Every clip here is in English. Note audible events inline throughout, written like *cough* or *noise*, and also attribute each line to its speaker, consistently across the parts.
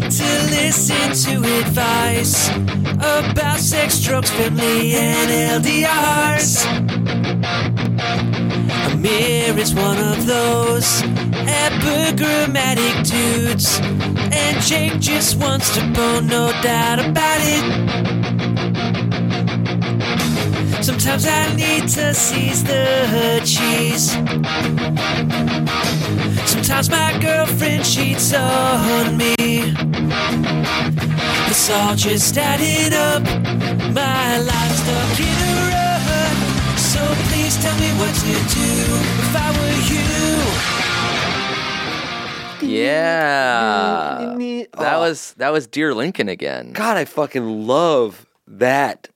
Speaker 1: to listen to advice about sex, drugs, family, and LDRs? Amir is one of those epigrammatic dudes, and Jake just wants to bone, no doubt about it. Sometimes I need to seize the cheese. Sometimes my girlfriend cheats on me. It's all just adding up. My life's stuck in a rut. So please tell me what to do if I were you.
Speaker 2: Yeah. That
Speaker 3: Oh.
Speaker 2: was that was Dear Lincoln again.
Speaker 3: God, I fucking love that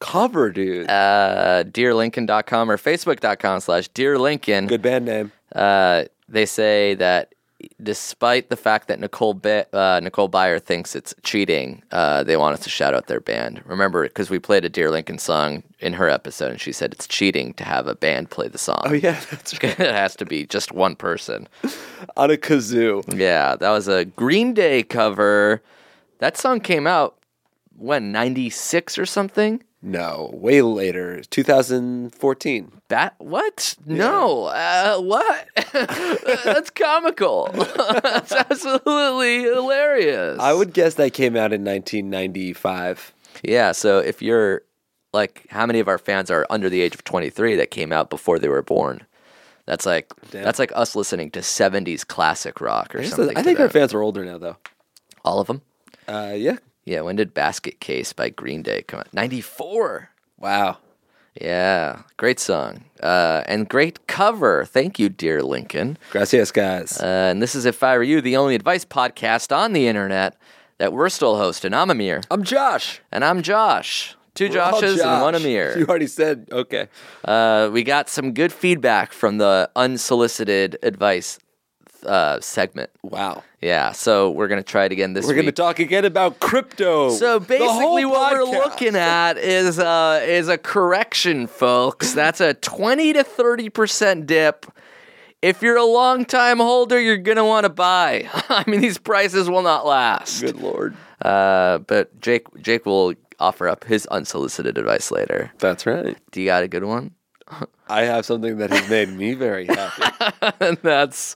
Speaker 3: cover, dude.
Speaker 2: Uh, dearlincoln.com or facebook.com slash Dear Lincoln.
Speaker 3: Good band name.
Speaker 2: Uh, they say that despite the fact that Nicole Be- uh, Nicole Byer thinks it's cheating, uh, they want us to shout out their band. Remember, because we played a Dear Lincoln song in her episode, and she said it's cheating to have a band play the song.
Speaker 3: Oh yeah, *laughs* that's
Speaker 2: *laughs*
Speaker 3: right.
Speaker 2: it has to be just one person.
Speaker 3: on a kazoo.
Speaker 2: Yeah, that was a Green Day cover. That song came out when 96 or something?
Speaker 3: No, way later, 2014.
Speaker 2: That what? No. Uh, what? *laughs* That's comical. *laughs* That's absolutely hilarious.
Speaker 3: I would guess that came out in 1995.
Speaker 2: Yeah, so if you're like how many of our fans are under the age of 23 that came out before they were born? That's like that's like us listening to 70s classic rock or
Speaker 3: I guess
Speaker 2: something.
Speaker 3: the- I
Speaker 2: to
Speaker 3: think our
Speaker 2: that.
Speaker 3: fans were older now, though.
Speaker 2: all of them.
Speaker 3: Uh, yeah.
Speaker 2: Yeah, when did Basket Case by Green Day come out? 94.
Speaker 3: Wow.
Speaker 2: Yeah, great song uh, and great cover. Thank you, dear Lincoln.
Speaker 3: Gracias, guys.
Speaker 2: Uh, and this is If I Were You, the only advice podcast on the internet that we're still hosting. I'm Amir,
Speaker 3: I'm Josh.
Speaker 2: and I'm Josh. Two
Speaker 3: We're all
Speaker 2: Joshes and one
Speaker 3: Oh, Josh. *laughs* You
Speaker 2: Amir.
Speaker 3: already said okay.
Speaker 2: Uh, we got some good feedback from the unsolicited advice uh, segment.
Speaker 3: Wow.
Speaker 2: Yeah, so we're gonna try it again this
Speaker 3: We're
Speaker 2: week.
Speaker 3: gonna talk again about crypto.
Speaker 2: So
Speaker 3: The whole
Speaker 2: basically, what we're
Speaker 3: podcast.
Speaker 2: looking at is uh, is a correction, folks. That's a twenty to thirty percent dip. If you're a long time holder, you're gonna want to buy. *laughs* I mean, these prices will not last.
Speaker 3: Good lord.
Speaker 2: Uh, but Jake, Jake will offer up his unsolicited advice later.
Speaker 3: That's right.
Speaker 2: Do you got a good one? *laughs*
Speaker 3: I have something that has made me very happy.
Speaker 2: and that's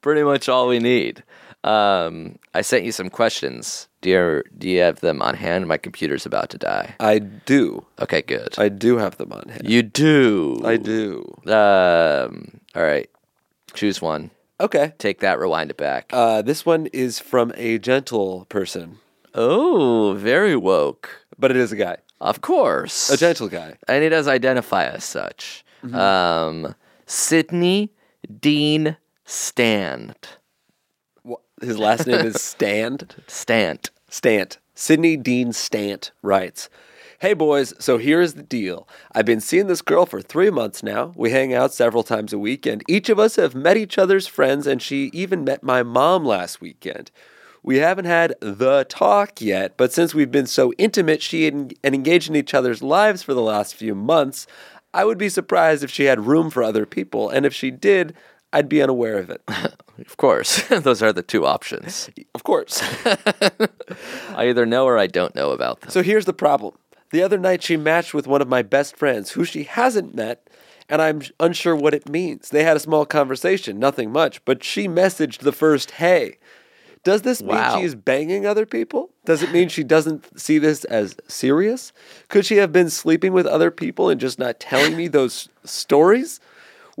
Speaker 2: pretty much all we need. Um, I sent you some questions. Do you, do you have them on hand? My computer's about to die.
Speaker 3: I do.
Speaker 2: Okay, good.
Speaker 3: I do have them on hand.
Speaker 2: You do.
Speaker 3: I do.
Speaker 2: Um. All right. Choose one.
Speaker 3: Okay.
Speaker 2: Take that. Rewind it back.
Speaker 3: Uh, this one is from a gentle person,
Speaker 2: oh, very woke.
Speaker 3: but it is a guy,
Speaker 2: Of course.
Speaker 3: a Mm-hmm. gentle guy.
Speaker 2: and it does identify as such. Um, Sydney Dean Stand.
Speaker 3: Wha- His last name is Stand.
Speaker 2: Stant. *laughs*
Speaker 3: Stant. Sydney Dean Stant writes, Hey boys, so here is the deal. I've been seeing this girl for three months now. We hang out several times a week, and each of us have met each other's friends, and she even met my mom last weekend. We haven't had the talk yet, but since we've been so intimate she en- and engaged in each other's lives for the last few months, I would be surprised if she had room for other people, and if she did, I'd be unaware of it. *laughs*
Speaker 2: Of course. *laughs* Those are the two options.
Speaker 3: of course.
Speaker 2: I either know or I don't know about them.
Speaker 3: So here's the problem. The other night she matched with one of my best friends who she hasn't met, and I'm unsure what it means. They had a small conversation, nothing much, but she messaged the first hey. Does this
Speaker 2: Wow.
Speaker 3: mean she is banging other people? Does it mean she doesn't see this as serious? Could she have been sleeping with other people and just not telling me those stories?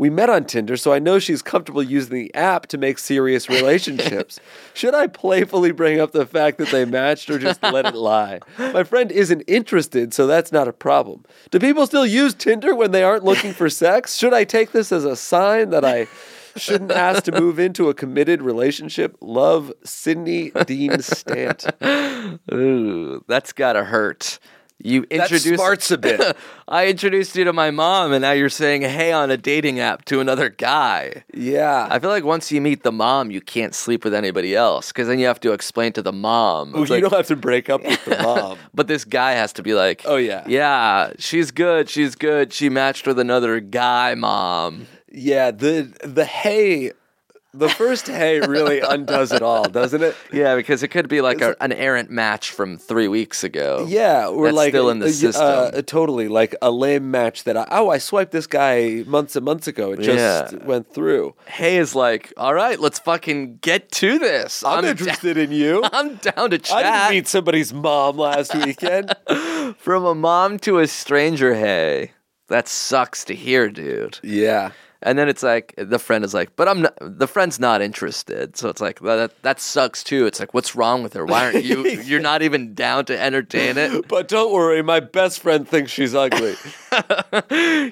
Speaker 3: We met on Tinder, so I know she's comfortable using the app to make serious relationships. Should I playfully bring up the fact that they matched or just let it lie? My friend isn't interested, so that's not a problem. Do people still use Tinder when they aren't looking for sex? Should I take this as a sign that I Shouldn't ask to move into a committed relationship. Love, Sydney Dean
Speaker 2: *laughs*
Speaker 3: Stant.
Speaker 2: Ooh, that's gotta hurt. You introduced
Speaker 3: smarts a bit.
Speaker 2: *laughs* I introduced you to my mom, and now you're saying hey on a dating app to another guy.
Speaker 3: *laughs* Yeah.
Speaker 2: I feel like once you meet the mom, you can't sleep with anybody else because then you have to explain to the mom.
Speaker 3: Ooh,
Speaker 2: It's
Speaker 3: Oh, you
Speaker 2: like,
Speaker 3: don't have to break up with the mom.
Speaker 2: but this guy has to be like,
Speaker 3: Oh, yeah.
Speaker 2: yeah, she's good, she's good. She matched with another guy, mom.
Speaker 3: yeah, the the hay, the first hay really undoes it all, doesn't it?
Speaker 2: Yeah, because it could be like a, an errant match from three weeks ago.
Speaker 3: Yeah, we're
Speaker 2: That's
Speaker 3: like
Speaker 2: still in the
Speaker 3: uh, y-
Speaker 2: system.
Speaker 3: uh, totally, like a lame match that I oh I swiped this guy months and months ago. It just
Speaker 2: Yeah.
Speaker 3: went through.
Speaker 2: Hay is like, all right, let's fucking get to this.
Speaker 3: I'm,
Speaker 2: da-
Speaker 3: interested in you.
Speaker 2: *laughs* I'm down to
Speaker 3: I
Speaker 2: chat. *gasps*
Speaker 3: didn't meet somebody's mom
Speaker 2: *laughs*
Speaker 3: last weekend.
Speaker 2: From a mom to a stranger, hey. That sucks to hear, dude.
Speaker 3: yeah.
Speaker 2: And then it's like the friend is like, but I'm not, the friend's not interested. So it's like that that sucks too. It's like what's wrong with her? Why aren't you you're not even down to entertain
Speaker 3: *laughs*
Speaker 2: it?
Speaker 3: But don't worry, my best friend thinks
Speaker 2: *laughs*
Speaker 3: she's ugly.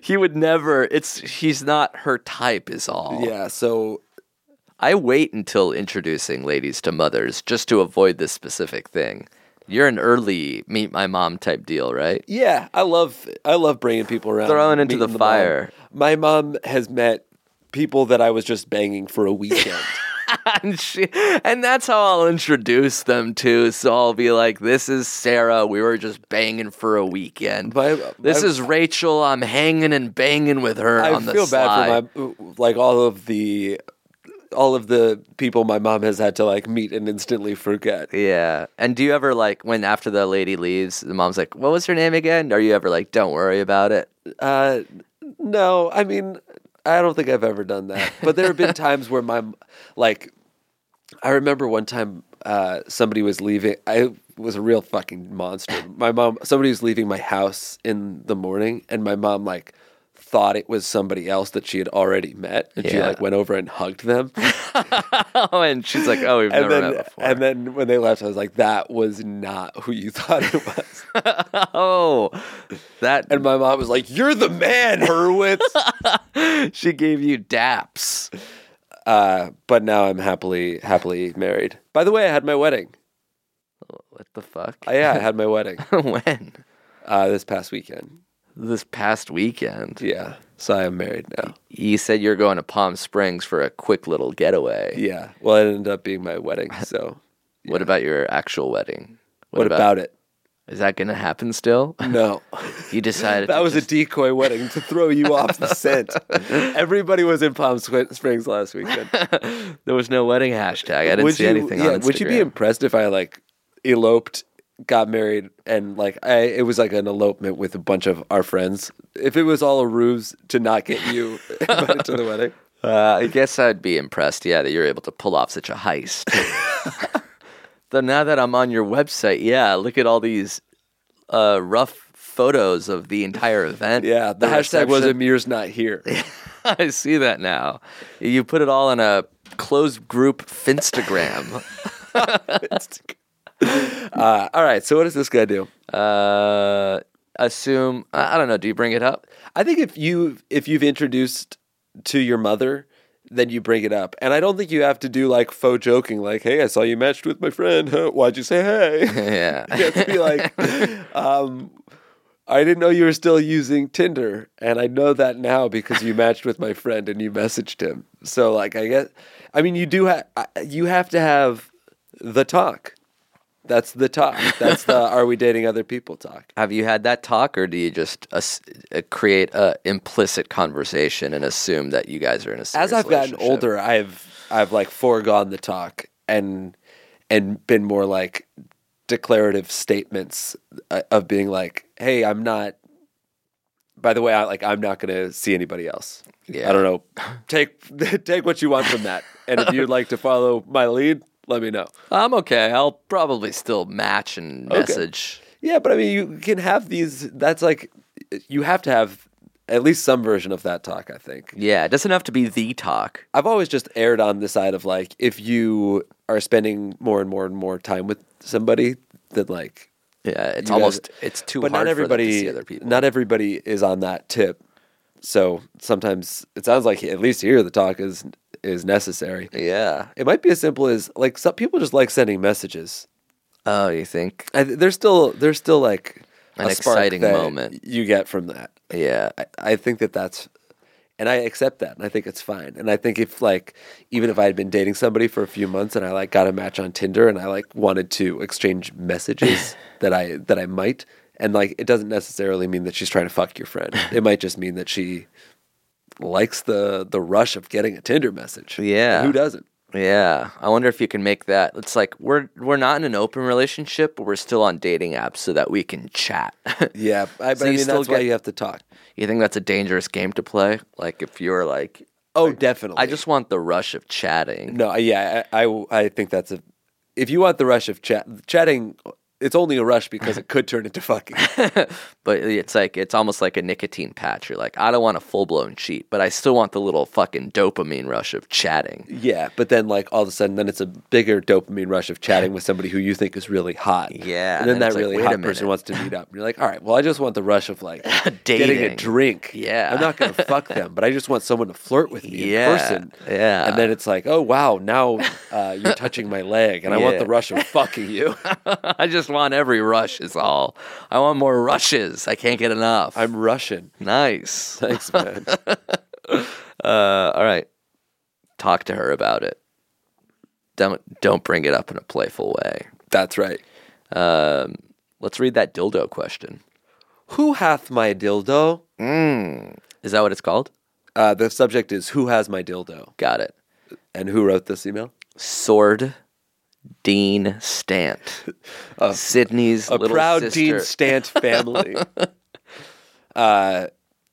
Speaker 2: He would never. It's he's not her type is all.
Speaker 3: yeah, so
Speaker 2: I wait until introducing ladies to mothers just to avoid this specific thing. You're an early meet my mom type deal, right?
Speaker 3: Yeah, I love I love bringing people around,
Speaker 2: Throwing into the
Speaker 3: meeting mom.
Speaker 2: fire.
Speaker 3: My mom has met people that I was just banging for a weekend.
Speaker 2: and she and that's how I'll introduce them to. So I'll be like, "This is Sarah. We were just banging for a weekend.
Speaker 3: My-
Speaker 2: this
Speaker 3: my-
Speaker 2: is Rachel. I'm hanging and banging with *laughs* her
Speaker 3: I
Speaker 2: on the
Speaker 3: feel
Speaker 2: sly."
Speaker 3: bad for my like all of the all of the people my mom has had to like meet and instantly forget.
Speaker 2: yeah. And do you ever like when after the lady leaves, the mom's like, "What was her name again?" Are you ever like, "Don't worry about
Speaker 3: *laughs*
Speaker 2: it." *laughs*
Speaker 3: Uh, no, I mean, I don't think I've ever done that. But there
Speaker 2: *laughs*
Speaker 3: have been times where my, like, I remember one time uh, somebody was leaving. I was a real fucking monster. My mom, somebody was leaving my house in the morning, and my mom, like, thought it was somebody else that she had already met. And she,
Speaker 2: Yeah.
Speaker 3: like, went over and hugged them.
Speaker 2: Oh, and she's like, *laughs* "Oh, we've
Speaker 3: and,
Speaker 2: never
Speaker 3: then,
Speaker 2: met before."
Speaker 3: and then when they left, I was like, that was not who you *laughs* thought it was.
Speaker 2: *laughs* oh, that
Speaker 3: and my mom was like, you're the man, Hurwitz.
Speaker 2: she gave you daps.
Speaker 3: Uh, but now I'm happily happily married. By the way, I had my wedding.
Speaker 2: What the fuck?
Speaker 3: Uh, yeah, I had my wedding
Speaker 2: *laughs* when
Speaker 3: uh, this past weekend.
Speaker 2: this past weekend.
Speaker 3: Yeah, so I am married now.
Speaker 2: You said you're going to Palm Springs for a quick little getaway.
Speaker 3: Yeah. Well, it ended up being
Speaker 2: *laughs*
Speaker 3: my wedding. So
Speaker 2: What about your actual wedding?
Speaker 3: what, about, it?
Speaker 2: Is that going to happen still? *laughs*
Speaker 3: No, *laughs*
Speaker 2: You decided
Speaker 3: that
Speaker 2: to
Speaker 3: was
Speaker 2: just-
Speaker 3: a decoy wedding to throw you off the
Speaker 2: *laughs*
Speaker 3: scent. Everybody was in Palm Swi- Springs last weekend. I
Speaker 2: there was no wedding hashtag. I didn't see anything
Speaker 3: Yeah,
Speaker 2: on Instagram.
Speaker 3: would you be impressed if I like eloped? Got married and like I, it was like an elopement with a bunch of our friends. If it was all a ruse to not get you *laughs* invited to the wedding,
Speaker 2: uh, I guess I'd be impressed. Yeah, that you're able to pull off such a
Speaker 3: *laughs*
Speaker 2: heist. *laughs* Though now that I'm on your website, yeah, look at all these uh, rough photos of the entire event.
Speaker 3: *laughs* Yeah, the, hashtag was
Speaker 2: reception.
Speaker 3: Amir's not here.
Speaker 2: *laughs* I see that now. You put it all in a closed group Finstagram.
Speaker 3: Uh, all right, so what does this guy do?
Speaker 2: uh, assume I, I don't know. Do you bring it up?
Speaker 3: I think if you if you've introduced to your mother, then you bring it up, and I don't think you have to do like faux joking, like "Hey, I saw you matched with my friend. *laughs* Huh? Why'd you say
Speaker 2: *laughs*
Speaker 3: hey?"
Speaker 2: Yeah.
Speaker 3: you have to be like, um, "I didn't know you were still using Tinder, and I know that now because you matched with my friend and you messaged him." So, like, I guess, I mean, you do have you have to have the talk. That's the talk. That's the "Are we dating other people?" talk.
Speaker 2: Have you had that talk, or do you just ass- uh, create a implicit conversation and assume that you guys are in a serious
Speaker 3: as I've gotten
Speaker 2: relationship?
Speaker 3: older, I've I've like foregone the talk and and been more like declarative statements uh, of being like, "Hey, I'm not." By the way, I like I'm not going to see anybody else.
Speaker 2: Yeah.
Speaker 3: I don't know. Take *laughs* take what you want from that, and if you'd like to follow my lead, let me know.
Speaker 2: *laughs* I'm okay. I'll probably still match and message.
Speaker 3: Yeah, but I mean, you can have these. That's like you have to have at least some version of that talk. I think.
Speaker 2: Yeah, it doesn't have to be the talk.
Speaker 3: I've always just erred on the side of like if you are spending more and more and more time with somebody, then like
Speaker 2: Yeah, Uh, it's
Speaker 3: you guys-
Speaker 2: almost it's too
Speaker 3: But
Speaker 2: hard
Speaker 3: not everybody,
Speaker 2: for them to see other people.
Speaker 3: Not everybody is on that tip. So sometimes it sounds like at least here the talk is is necessary.
Speaker 2: Yeah.
Speaker 3: It might be as simple as like some people just like sending messages.
Speaker 2: Oh, you think?
Speaker 3: I, there's still there's still like
Speaker 2: An
Speaker 3: a spark
Speaker 2: exciting
Speaker 3: that
Speaker 2: moment.
Speaker 3: you get from that.
Speaker 2: Yeah.
Speaker 3: I, I think that that's and I accept that and I think it's fine. And I think if like even if I had been dating somebody for a few months and I like got a match on Tinder and I like wanted to exchange
Speaker 2: *laughs*
Speaker 3: messages that I that I might and like it doesn't necessarily mean that she's trying to fuck your friend. It might just mean that she likes the the rush of getting a Tinder message.
Speaker 2: Yeah.
Speaker 3: Who doesn't?
Speaker 2: Yeah, I wonder if you can make that. It's like we're we're not in an open relationship, but we're still on dating apps so that we can chat. *laughs*
Speaker 3: Yeah, I, but
Speaker 2: So
Speaker 3: I
Speaker 2: you
Speaker 3: mean
Speaker 2: still
Speaker 3: that's why
Speaker 2: get-
Speaker 3: you have to talk.
Speaker 2: you think that's a dangerous game to play? Like if you're like,
Speaker 3: Oh, definitely.
Speaker 2: I just want the rush of chatting.
Speaker 3: No, I- yeah, I, I, I think that's a. If you want the rush of chat, chatting, it's only a rush because it could turn
Speaker 2: *laughs*
Speaker 3: into fucking.
Speaker 2: But it's like it's almost like a nicotine patch. You're like, I don't want a full blown cheat, but I still want the little fucking dopamine rush of chatting.
Speaker 3: yeah, but then like all of a sudden, then it's a bigger dopamine rush of chatting with somebody who you think is really hot.
Speaker 2: Yeah,
Speaker 3: and then,
Speaker 2: and it's
Speaker 3: that
Speaker 2: like,
Speaker 3: really
Speaker 2: wait a
Speaker 3: hot person
Speaker 2: minute.
Speaker 3: wants to meet up. And you're like, all right, well, I just want the rush of like getting a
Speaker 2: *laughs* Dating.
Speaker 3: drink.
Speaker 2: Yeah.
Speaker 3: I'm not gonna fuck them, but I just want someone to flirt with me
Speaker 2: Yeah,
Speaker 3: in person.
Speaker 2: yeah.
Speaker 3: and then it's like, oh wow, now uh, you're touching my leg, and I want
Speaker 2: Yeah.
Speaker 3: the rush of fucking you.
Speaker 2: *laughs* I just want every rush is all. I want more rushes. I can't get enough.
Speaker 3: I'm Russian.
Speaker 2: nice. *laughs*
Speaker 3: Thanks, man.
Speaker 2: Uh, all right. Talk to her about it. Don't don't bring it up in a playful way.
Speaker 3: That's right.
Speaker 2: Let's read that dildo question.
Speaker 3: Who hath my dildo?
Speaker 2: Is that what it's called?
Speaker 3: Uh, the subject is Who has my dildo?
Speaker 2: Got it.
Speaker 3: And who wrote this email?
Speaker 2: Sword Dean Stant. Sydney's
Speaker 3: *laughs* A
Speaker 2: little
Speaker 3: proud
Speaker 2: sister.
Speaker 3: Dean Stant family.
Speaker 2: *laughs*
Speaker 3: uh,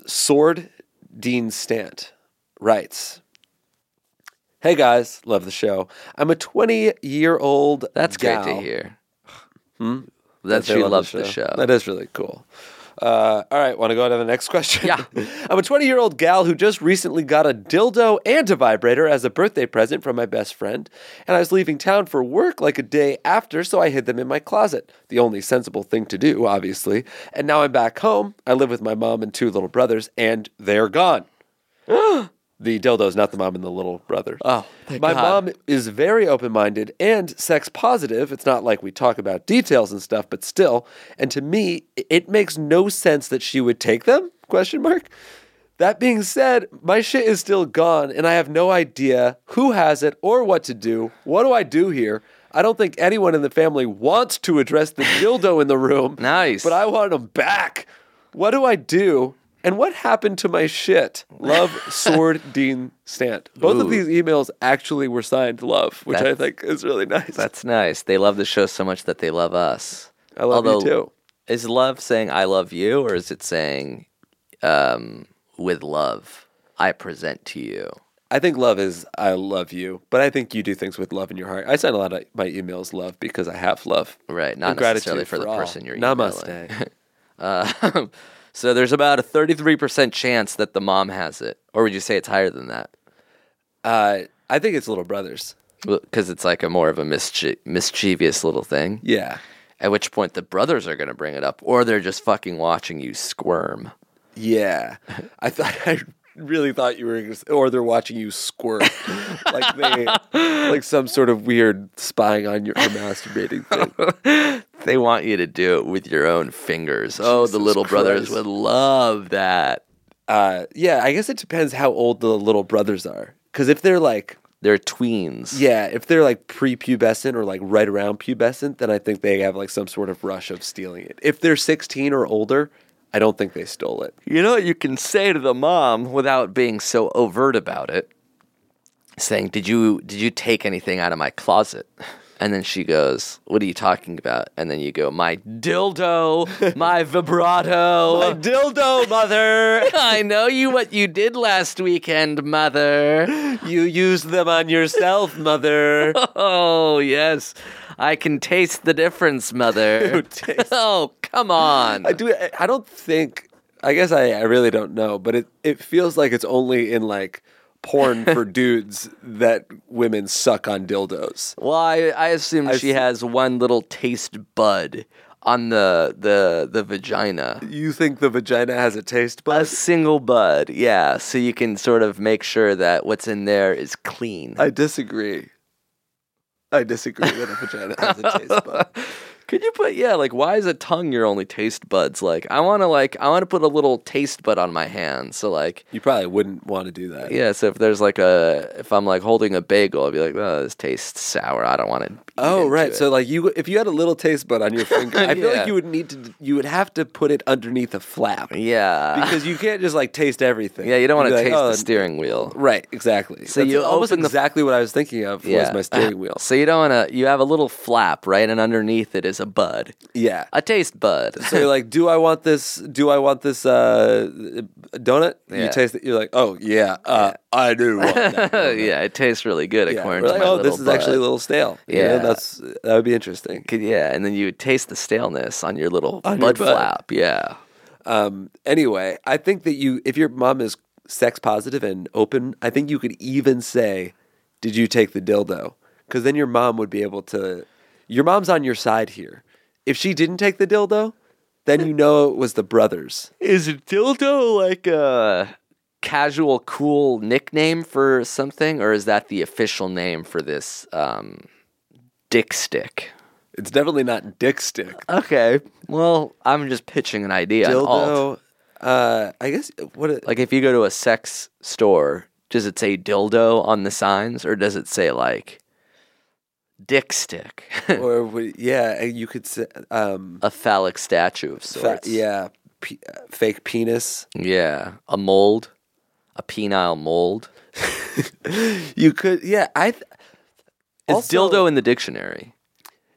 Speaker 3: Sword Dean Stant writes Hey guys, love the show. I'm a 20 year old.
Speaker 2: That's
Speaker 3: gal.
Speaker 2: great to hear. That
Speaker 3: I
Speaker 2: she
Speaker 3: love
Speaker 2: loves the show.
Speaker 3: That is really cool. Uh, all right, want to go on to the next *laughs* question?
Speaker 2: Yeah.
Speaker 3: I'm a 20 year old gal who just recently got a dildo and a vibrator as a birthday present from my best friend, and I was leaving town for work like a day after, so I hid them in my closet. The only sensible thing to do, obviously. And now I'm back home. I live with my mom and two little brothers, and they're gone. The dildo's not the mom and the little brother.
Speaker 2: Oh, thank
Speaker 3: my
Speaker 2: God.
Speaker 3: mom is very open minded and sex positive. It's not like we talk about details and stuff, but still. And to me, i- it makes no sense that she would take them? Question mark. That being said, my shit is still gone, and I have no idea who has it or what to do. What do I do here? I don't think anyone in the family wants to
Speaker 2: *laughs*
Speaker 3: address the dildo in the room.
Speaker 2: Nice.
Speaker 3: But I want them back. What do I do? And what happened to my shit?
Speaker 2: *laughs*
Speaker 3: Love, Sword, Dean, Stant. Both of
Speaker 2: Ooh.
Speaker 3: these emails actually were signed Love, which I
Speaker 2: That's-
Speaker 3: think is really nice.
Speaker 2: That's nice. They love the show so much that they love us.
Speaker 3: I love you too.
Speaker 2: Is love saying I love you or is it saying um, with love I present to you?
Speaker 3: I think love is I love you, but I think you do things with love in your heart. I send a lot of my emails love because I have love.
Speaker 2: Right, not
Speaker 3: And
Speaker 2: necessarily
Speaker 3: gratitude
Speaker 2: for the
Speaker 3: all.
Speaker 2: person you're emailing.
Speaker 3: Namaste.
Speaker 2: Uh, *laughs* so there's about a 33% chance that the mom has it. Or would you say it's higher than that?
Speaker 3: uh, I think it's little brothers.
Speaker 2: Because it's like a more of a mischie- mischievous little thing.
Speaker 3: Yeah.
Speaker 2: At which point the brothers are going to bring it up or they're just fucking watching you squirm.
Speaker 3: Yeah. I thought *laughs* I really thought you were gonna s- or they're watching you squirt. like they like some sort of weird spying on your or masturbating thing.
Speaker 2: They want you to do it with your own fingers. oh, the
Speaker 3: Jesus
Speaker 2: little brothers
Speaker 3: Christ.
Speaker 2: would love that.
Speaker 3: Uh, yeah, I guess it depends how old the little brothers are. Cause if they're like
Speaker 2: They're tweens.
Speaker 3: yeah, if they're like prepubescent or like right around pubescent, then I think they have like some sort of rush of stealing it. If they're sixteen or older, I don't think they stole it.
Speaker 2: You know what you can say to the mom without being so overt about it? Saying, "Did you did you take anything out of my closet?" And then she goes, "What are you talking about?" And then you go, "My
Speaker 3: *laughs*
Speaker 2: dildo, my vibrato."
Speaker 3: dildo, mother.
Speaker 2: *laughs* I know you what you did last weekend, mother.
Speaker 3: you used them on yourself, mother.
Speaker 2: *laughs* Oh, yes. I can taste the difference,
Speaker 3: *laughs*
Speaker 2: mother.
Speaker 3: taste-
Speaker 2: oh, come on.
Speaker 3: I do. I- I don't think. I guess I, I really don't know, but it it feels like it's only in like
Speaker 2: *laughs*
Speaker 3: porn for dudes that women suck on dildos.
Speaker 2: Well, I, I assume she has one little taste bud on the the the vagina.
Speaker 3: You think the vagina has a taste
Speaker 2: A
Speaker 3: bud?
Speaker 2: single bud, yeah. So you can sort of make sure that what's in there is clean.
Speaker 3: I disagree. I disagree that a vagina has a taste bud.
Speaker 2: *laughs* Could you put yeah, like why is a tongue your only taste buds? Like I wanna like I wanna put a little taste bud on my hand. So like
Speaker 3: You probably wouldn't want to do that.
Speaker 2: yeah, so if there's like a if I'm like holding a bagel, I'll be like, oh, this tastes sour. I don't want to.
Speaker 3: Oh right, so like you, if you had a little taste bud on your finger, I
Speaker 2: *laughs*
Speaker 3: feel
Speaker 2: Yeah.
Speaker 3: like you would need to, you would have to put it underneath a flap
Speaker 2: yeah,
Speaker 3: because you can't just like taste everything.
Speaker 2: yeah, you don't want
Speaker 3: You'd
Speaker 2: to
Speaker 3: be like,
Speaker 2: taste
Speaker 3: "Oh,
Speaker 2: the steering wheel.
Speaker 3: Right, exactly.
Speaker 2: So
Speaker 3: That's
Speaker 2: you
Speaker 3: almost
Speaker 2: open the-
Speaker 3: exactly what I was thinking of was
Speaker 2: *laughs*
Speaker 3: my steering wheel.
Speaker 2: So you don't want to. You have a little flap, right, and underneath it is a bud,
Speaker 3: Yeah.
Speaker 2: a taste bud.
Speaker 3: So
Speaker 2: *laughs*
Speaker 3: you're like, do I want this? Do I want this uh, donut?
Speaker 2: Yeah.
Speaker 3: You taste it. You're like, oh yeah, uh, I do
Speaker 2: *laughs*
Speaker 3: want that. donut."
Speaker 2: Oh, yeah, it tastes really good
Speaker 3: Yeah,
Speaker 2: according
Speaker 3: we're
Speaker 2: to
Speaker 3: like,
Speaker 2: my
Speaker 3: oh,
Speaker 2: little
Speaker 3: this is
Speaker 2: bud.
Speaker 3: actually a little stale. You know,
Speaker 2: Yeah.
Speaker 3: that's that would be interesting.
Speaker 2: Could- yeah, and then you would taste the staleness on your little
Speaker 3: On your
Speaker 2: bud
Speaker 3: bud.
Speaker 2: flap. Yeah.
Speaker 3: Um, anyway, I think that you, if your mom is sex positive and open, I think you could even say, "Did you take the dildo?" Because then your mom would be able to. Your mom's on your side here. If she didn't take the dildo, then you know it was the brothers.
Speaker 2: Is dildo like a casual, cool nickname for something, or is that the official name for this um, dick stick?
Speaker 3: It's definitely not dick stick.
Speaker 2: Okay. Well, I'm just pitching an idea. *laughs* an alt.
Speaker 3: dildo. Uh, I guess what it,
Speaker 2: Like if you go to a sex store, does it say dildo on the signs, or does it say like dick stick, *laughs*
Speaker 3: or would, yeah, you could say um,
Speaker 2: a phallic statue of
Speaker 3: fa-
Speaker 2: sorts?
Speaker 3: yeah, pe- uh, fake penis.
Speaker 2: Yeah, a mold, a penile mold.
Speaker 3: You could, yeah. I th-
Speaker 2: Is
Speaker 3: Also-
Speaker 2: dildo in the dictionary?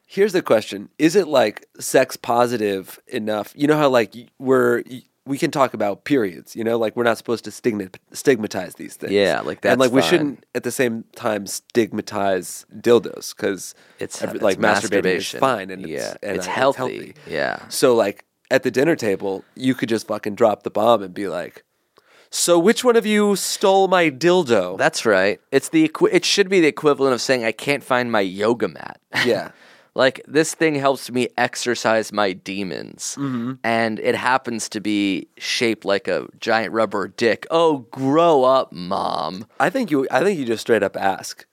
Speaker 3: Here's the question: Is it like sex positive enough? You know how like y- we're y- we can talk about periods. You know, like we're not supposed to stigma- stigmatize these things.
Speaker 2: Yeah, like,
Speaker 3: and like we
Speaker 2: that's
Speaker 3: shouldn't at the same time stigmatize dildos because
Speaker 2: It's- it's
Speaker 3: like masturbating is
Speaker 2: masturbation.
Speaker 3: fine and
Speaker 2: Yeah,
Speaker 3: it's, and
Speaker 2: it's
Speaker 3: uh,
Speaker 2: healthy. Yeah.
Speaker 3: So like at the dinner table, you could just fucking drop the bomb and be like, "So which one of you stole my dildo?"
Speaker 2: That's right. It's the equi- it should be the equivalent of saying I can't find my yoga mat. *laughs*
Speaker 3: yeah.
Speaker 2: like this thing helps me exercise my demons,
Speaker 3: Mm-hmm.
Speaker 2: and it happens to be shaped like a giant rubber dick. Oh, grow up, mom!
Speaker 3: I think you. I think you just straight up ask.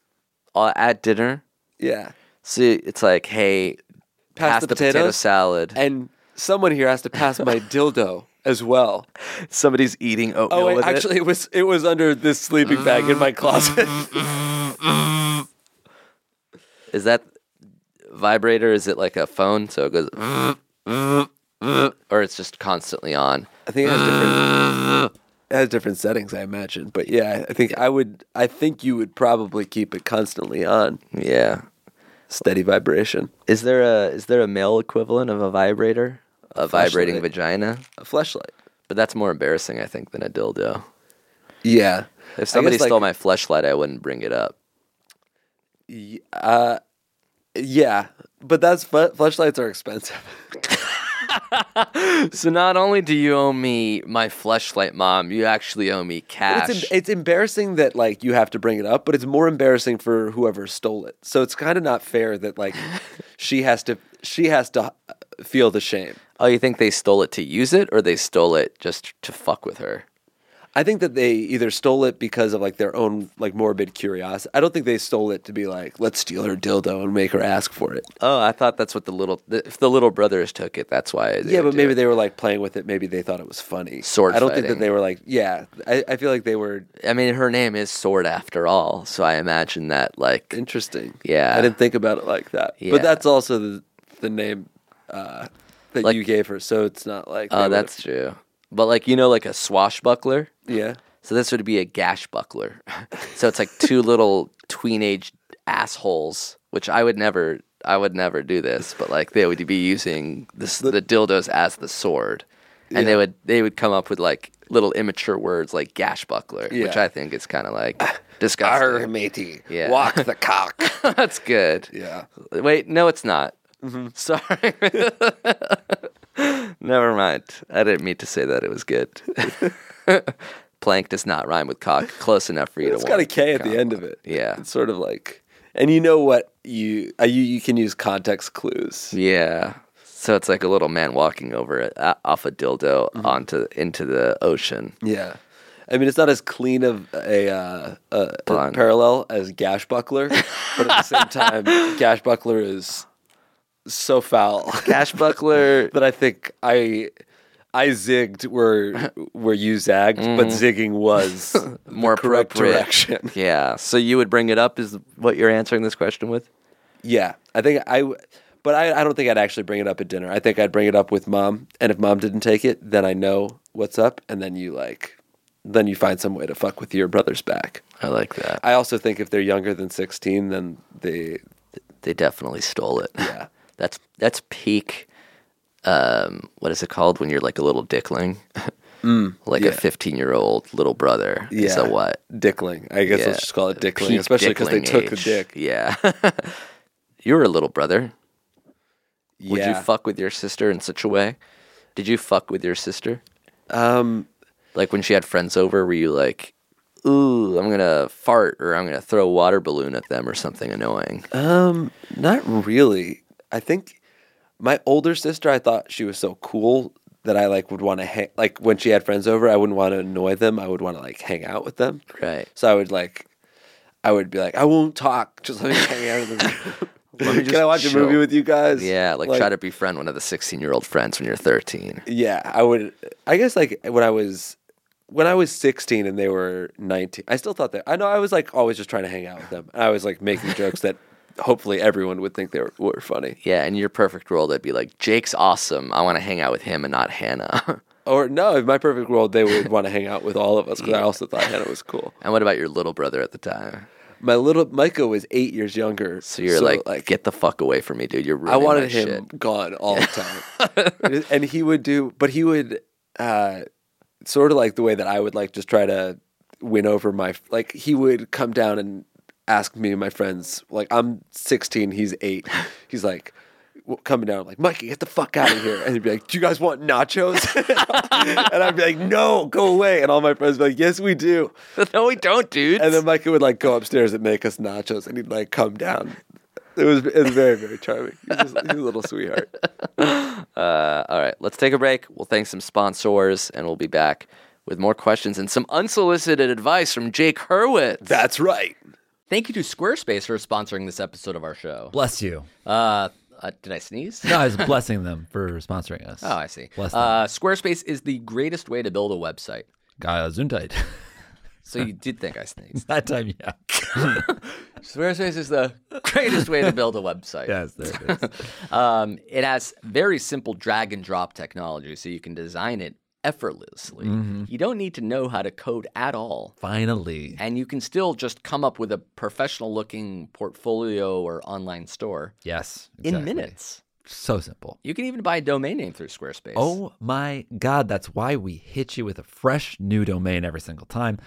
Speaker 2: Uh, at dinner,
Speaker 3: Yeah.
Speaker 2: see, it's like, hey, pass, the, potato salad.
Speaker 3: and someone here has to
Speaker 2: *laughs*
Speaker 3: pass my dildo as well.
Speaker 2: Somebody's eating oatmeal
Speaker 3: Oh wait,
Speaker 2: with it.
Speaker 3: actually, it? was it was under this sleeping bag in my closet.
Speaker 2: *laughs* Is that vibrator? Is it like a phone? So it goes, *laughs* or it's just constantly on.
Speaker 3: I think it has different it has different settings, I imagine. But yeah, I think I would. I think you would probably keep it constantly on,
Speaker 2: Yeah.
Speaker 3: steady vibration.
Speaker 2: Is there a is there a male equivalent of a vibrator? A vibrating
Speaker 3: flashlight.
Speaker 2: vagina,
Speaker 3: A flashlight.
Speaker 2: but that's more embarrassing, I think, than a dildo.
Speaker 3: Yeah.
Speaker 2: If somebody stole my fleshlight, I wouldn't bring it up.
Speaker 3: Yeah, but that's fu- flashlights are expensive. *laughs*
Speaker 2: So not only do you owe me my fleshlight, mom, you actually owe me cash.
Speaker 3: It's, em- it's embarrassing that like you have to bring it up, but it's more embarrassing for whoever stole it. So it's kind of not fair
Speaker 2: *laughs*
Speaker 3: that like she has to she has to uh, feel the shame.
Speaker 2: oh, you think they stole it to use it, or they stole it just to fuck with her?
Speaker 3: I think that they either stole it because of like their own like morbid curiosity. I don't think they stole it to be like let's steal her dildo and make her ask for it.
Speaker 2: Oh, I thought that's what the little th- if the little brothers took it, that's why. They
Speaker 3: yeah,
Speaker 2: would
Speaker 3: but
Speaker 2: do
Speaker 3: maybe
Speaker 2: it.
Speaker 3: they were like playing with it. Maybe they thought it was funny.
Speaker 2: Sword
Speaker 3: I don't think
Speaker 2: fighting.
Speaker 3: that they were like yeah. I, I feel like they were
Speaker 2: I mean, her name is Sword after all, so I imagine that like
Speaker 3: interesting.
Speaker 2: Yeah.
Speaker 3: I didn't think about it like that.
Speaker 2: Yeah.
Speaker 3: But that's also the the name uh, that
Speaker 2: Like-
Speaker 3: you gave her, so it's not like they
Speaker 2: oh,
Speaker 3: would've-
Speaker 2: that's true. But like you know, like a swashbuckler.
Speaker 3: yeah.
Speaker 2: So this would be a gash buckler. so it's like two little teenage assholes, which I would never, I would never do this. But like they would be using this, the dildos as the sword, and they would they would come up with like little immature words like gash buckler, which
Speaker 3: Yeah.
Speaker 2: I think is kind of like disgusting.
Speaker 3: matey,
Speaker 2: Yeah. walk
Speaker 3: the cock.
Speaker 2: *laughs* that's good.
Speaker 3: yeah,
Speaker 2: Wait, no, it's not.
Speaker 3: Mm-hmm.
Speaker 2: *laughs* Sorry. Never mind. I didn't mean to say that it was good. *laughs* Plank does not rhyme with cock. Close enough for you
Speaker 3: it's
Speaker 2: to.
Speaker 3: got a
Speaker 2: want
Speaker 3: K at
Speaker 2: cock.
Speaker 3: the end of it.
Speaker 2: Yeah.
Speaker 3: it's sort of like, and you know what you uh, you you can use context clues.
Speaker 2: Yeah. So it's like a little man walking over it uh, off a dildo
Speaker 3: Mm-hmm.
Speaker 2: onto into the ocean.
Speaker 3: Yeah. I mean, it's not as clean of a, uh, a, a
Speaker 2: Pun.
Speaker 3: parallel as Gash Buckler, but at the
Speaker 2: *laughs*
Speaker 3: same time, Gash Buckler is so foul
Speaker 2: Cash buckler.
Speaker 3: *laughs* that I think I I zigged where where you zagged, but zigging was
Speaker 2: Mm-hmm. *laughs* More
Speaker 3: the correct
Speaker 2: appropriate.
Speaker 3: direction.
Speaker 2: *laughs* yeah. So you would bring it up is what you're answering this question with?
Speaker 3: Yeah, I think I, w- but I, I don't think I'd actually bring it up at dinner. I think I'd bring it up with mom, and if mom didn't take it, then I know what's up, and then you like, then you find some way to fuck with your brother's back.
Speaker 2: I like that.
Speaker 3: I also think if they're younger than sixteen, then they,
Speaker 2: they definitely stole it.
Speaker 3: Yeah.
Speaker 2: That's that's peak um what is it called when you're like a little dickling? *laughs* like
Speaker 3: Mm, yeah.
Speaker 2: a 15-year-old little brother.
Speaker 3: yeah,
Speaker 2: So what?
Speaker 3: dickling. I guess
Speaker 2: Yeah.
Speaker 3: let's just call it dickling,
Speaker 2: Peak
Speaker 3: especially because they
Speaker 2: dickling
Speaker 3: took the
Speaker 2: age.
Speaker 3: dick.
Speaker 2: Yeah. *laughs* you were a little brother. Would
Speaker 3: yeah.
Speaker 2: you fuck with your sister in such a way? Did you fuck with your sister?
Speaker 3: Um,
Speaker 2: Like when she had friends over, were you like, "Ooh, I'm gonna fart or I'm gonna throw a water balloon at them or something annoying"?
Speaker 3: Um, not really. I think my older sister, I thought she was so cool that I like would want to hang. Like when she had friends over, I wouldn't want to annoy them. I would want to like hang out with them.
Speaker 2: Right.
Speaker 3: So I would like, I would be like, I won't talk. Just let me hang out in the
Speaker 2: *laughs* Let
Speaker 3: room.
Speaker 2: me
Speaker 3: Can
Speaker 2: just
Speaker 3: I watch a movie
Speaker 2: chill."
Speaker 3: with you guys?
Speaker 2: Yeah, like, try to befriend one of the 16-year-old friends when you're 13.
Speaker 3: Yeah, I would. I guess like when I was. When I was 16 and they were 19, I still thought that. I know I was like always just trying to hang out with them. I was like making jokes that hopefully everyone would think they were, were funny.
Speaker 2: Yeah, in your perfect world, I'd be like, Jake's awesome. I want to hang out with him and not Hannah. *laughs*
Speaker 3: Or no, in my perfect world, they would want to hang out with all of us because I also thought Hannah was cool.
Speaker 2: and what about your little brother at the time?
Speaker 3: My little Micah was eight years younger,
Speaker 2: So you're like, get the fuck away from me, dude. You're ruining
Speaker 3: I
Speaker 2: my
Speaker 3: wanted him
Speaker 2: shit."
Speaker 3: gone all the time, and he would do, but he would uh, sort of like the way that I would like just try to win over my like he would come down and ask me and my friends like I'm 16, he's eight, he's like. w- Coming down, like Mikey, get the fuck out of here, and he'd be like, "Do you guys want nachos?" *laughs* and I'd be like, "No, go away!" And all my friends would be like, "Yes, we do."
Speaker 2: *laughs* no, we don't, dude.
Speaker 3: And then Micah would like go upstairs and make us nachos, and he'd like come down. It was it was very very charming. He was, he's a little sweetheart.
Speaker 2: Uh, All right, let's take a break. We'll thank some sponsors, and we'll be back with more questions and some unsolicited advice from Jake Hurwitz.
Speaker 3: *laughs* That's right.
Speaker 2: thank you to Squarespace for sponsoring this episode of our show.
Speaker 4: Bless you.
Speaker 2: Uh, uh, did I sneeze?
Speaker 4: No, I was blessing them for sponsoring
Speaker 2: *laughs*
Speaker 4: us.
Speaker 2: Oh, I see.
Speaker 4: Bless them.
Speaker 2: Uh, Squarespace is the greatest way to build a website.
Speaker 4: Uh, Gesundheit.
Speaker 2: So *laughs* you did think I sneezed.
Speaker 4: *laughs* that time, yeah.
Speaker 2: Squarespace is the greatest way to build a website.
Speaker 4: Yes, there it is.
Speaker 2: *laughs* Um, it has very simple drag and drop technology, so you can design it effortlessly.
Speaker 4: Mm-hmm.
Speaker 2: You don't need to know how to code at all.
Speaker 4: Finally.
Speaker 2: And you can still just come up with a professional looking portfolio or online store
Speaker 4: Yes.
Speaker 2: in
Speaker 4: exactly.
Speaker 2: minutes.
Speaker 4: So simple.
Speaker 2: You can even buy a domain name through Squarespace.
Speaker 4: Oh my God, that's why we hit you with a fresh new domain every single time.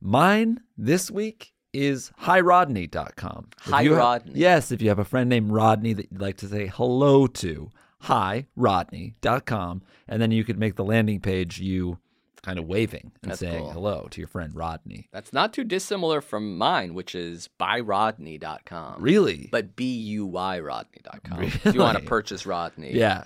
Speaker 4: Mine this week is hirodney.com. If you have-
Speaker 2: Hirodney.
Speaker 4: Yes, if you have a friend named Rodney that you'd like to say hello to, hirodney.com. And then you could make the landing page you kind of waving and
Speaker 2: That's
Speaker 4: saying
Speaker 2: cool.
Speaker 4: hello to your friend Rodney.
Speaker 2: That's not too dissimilar from mine, which is buyrodney.com.
Speaker 4: Really?
Speaker 2: But B U Y Rodney.com. If you want to
Speaker 4: Really?
Speaker 2: purchase Rodney.
Speaker 4: yeah.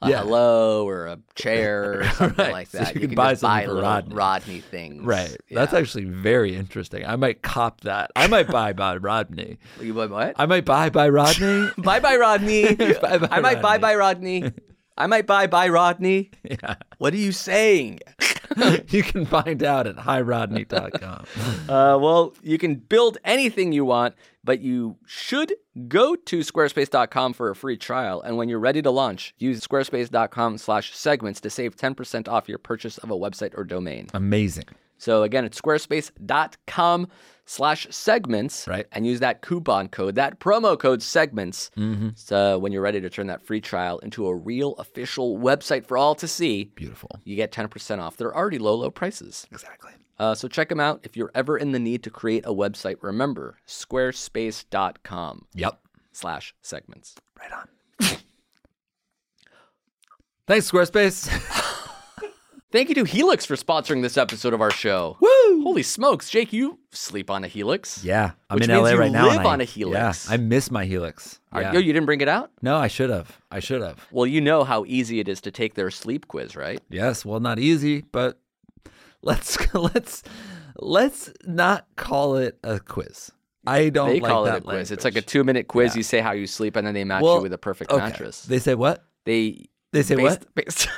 Speaker 2: a
Speaker 4: Yeah.
Speaker 2: hello or a
Speaker 4: *laughs*
Speaker 2: chair or something
Speaker 4: Right.
Speaker 2: like
Speaker 4: So
Speaker 2: that.
Speaker 4: you can buy
Speaker 2: just
Speaker 4: something
Speaker 2: buy
Speaker 4: for
Speaker 2: little
Speaker 4: Rodney.
Speaker 2: Rodney things.
Speaker 4: Right. That's
Speaker 2: Yeah.
Speaker 4: actually very interesting. I might cop that. I
Speaker 2: *laughs*
Speaker 4: might buy by Rodney.
Speaker 2: you buy what?
Speaker 4: I might buy by
Speaker 2: *laughs*
Speaker 4: Rodney.
Speaker 2: *laughs*
Speaker 4: *laughs*
Speaker 2: bye bye Rodney.
Speaker 4: Bye-bye,
Speaker 2: I might bye bye Rodney. I might bye bye Rodney.
Speaker 4: *laughs* yeah.
Speaker 2: What are you saying?
Speaker 4: you can find out
Speaker 2: *laughs*
Speaker 4: at hirodney.com.
Speaker 2: Uh, well, you can build anything you want, but you should go to squarespace.com for a free trial. And when you're ready to launch, use squarespace.com slash segments to save 10% off your purchase of a website or domain.
Speaker 4: Amazing.
Speaker 2: So again, it's squarespace.com slash segments
Speaker 4: Right.
Speaker 2: and use that coupon code, that promo code segments.
Speaker 4: Mm-hmm.
Speaker 2: So when you're ready to turn that free trial into a real official website for all to see,
Speaker 4: Beautiful.
Speaker 2: you get 10% off. They're already low, low prices.
Speaker 4: Exactly.
Speaker 2: Uh, so check them out. If you're ever in the need to create a website, remember squarespace.com
Speaker 4: Yep.
Speaker 2: slash segments.
Speaker 4: Right on. Thanks, Squarespace.
Speaker 2: *laughs* Thank you to Helix for sponsoring this episode of our show. Woo! Holy smokes, Jake, you sleep on a helix.
Speaker 4: Yeah, I'm
Speaker 2: Which
Speaker 4: in LA
Speaker 2: means you
Speaker 4: right now. and
Speaker 2: live
Speaker 4: I-
Speaker 2: on a helix.
Speaker 4: Yeah, I miss my helix.
Speaker 2: Are-
Speaker 4: Yeah.
Speaker 2: Yo, you didn't bring it out?
Speaker 4: no, I should have. I should have.
Speaker 2: Well, you know how easy it is to take their sleep quiz, right?
Speaker 4: Yes, well, not easy, but let's *laughs* let's let's not call it a quiz. I don't
Speaker 2: they
Speaker 4: like
Speaker 2: call
Speaker 4: that
Speaker 2: it a quiz. It's like
Speaker 4: language.
Speaker 2: a two minute quiz. You say how you sleep, and then they match
Speaker 4: Well,
Speaker 2: you with a perfect
Speaker 4: okay.
Speaker 2: mattress.
Speaker 4: They say what?
Speaker 2: They
Speaker 4: They say
Speaker 2: based, *laughs*
Speaker 4: what?
Speaker 2: Based,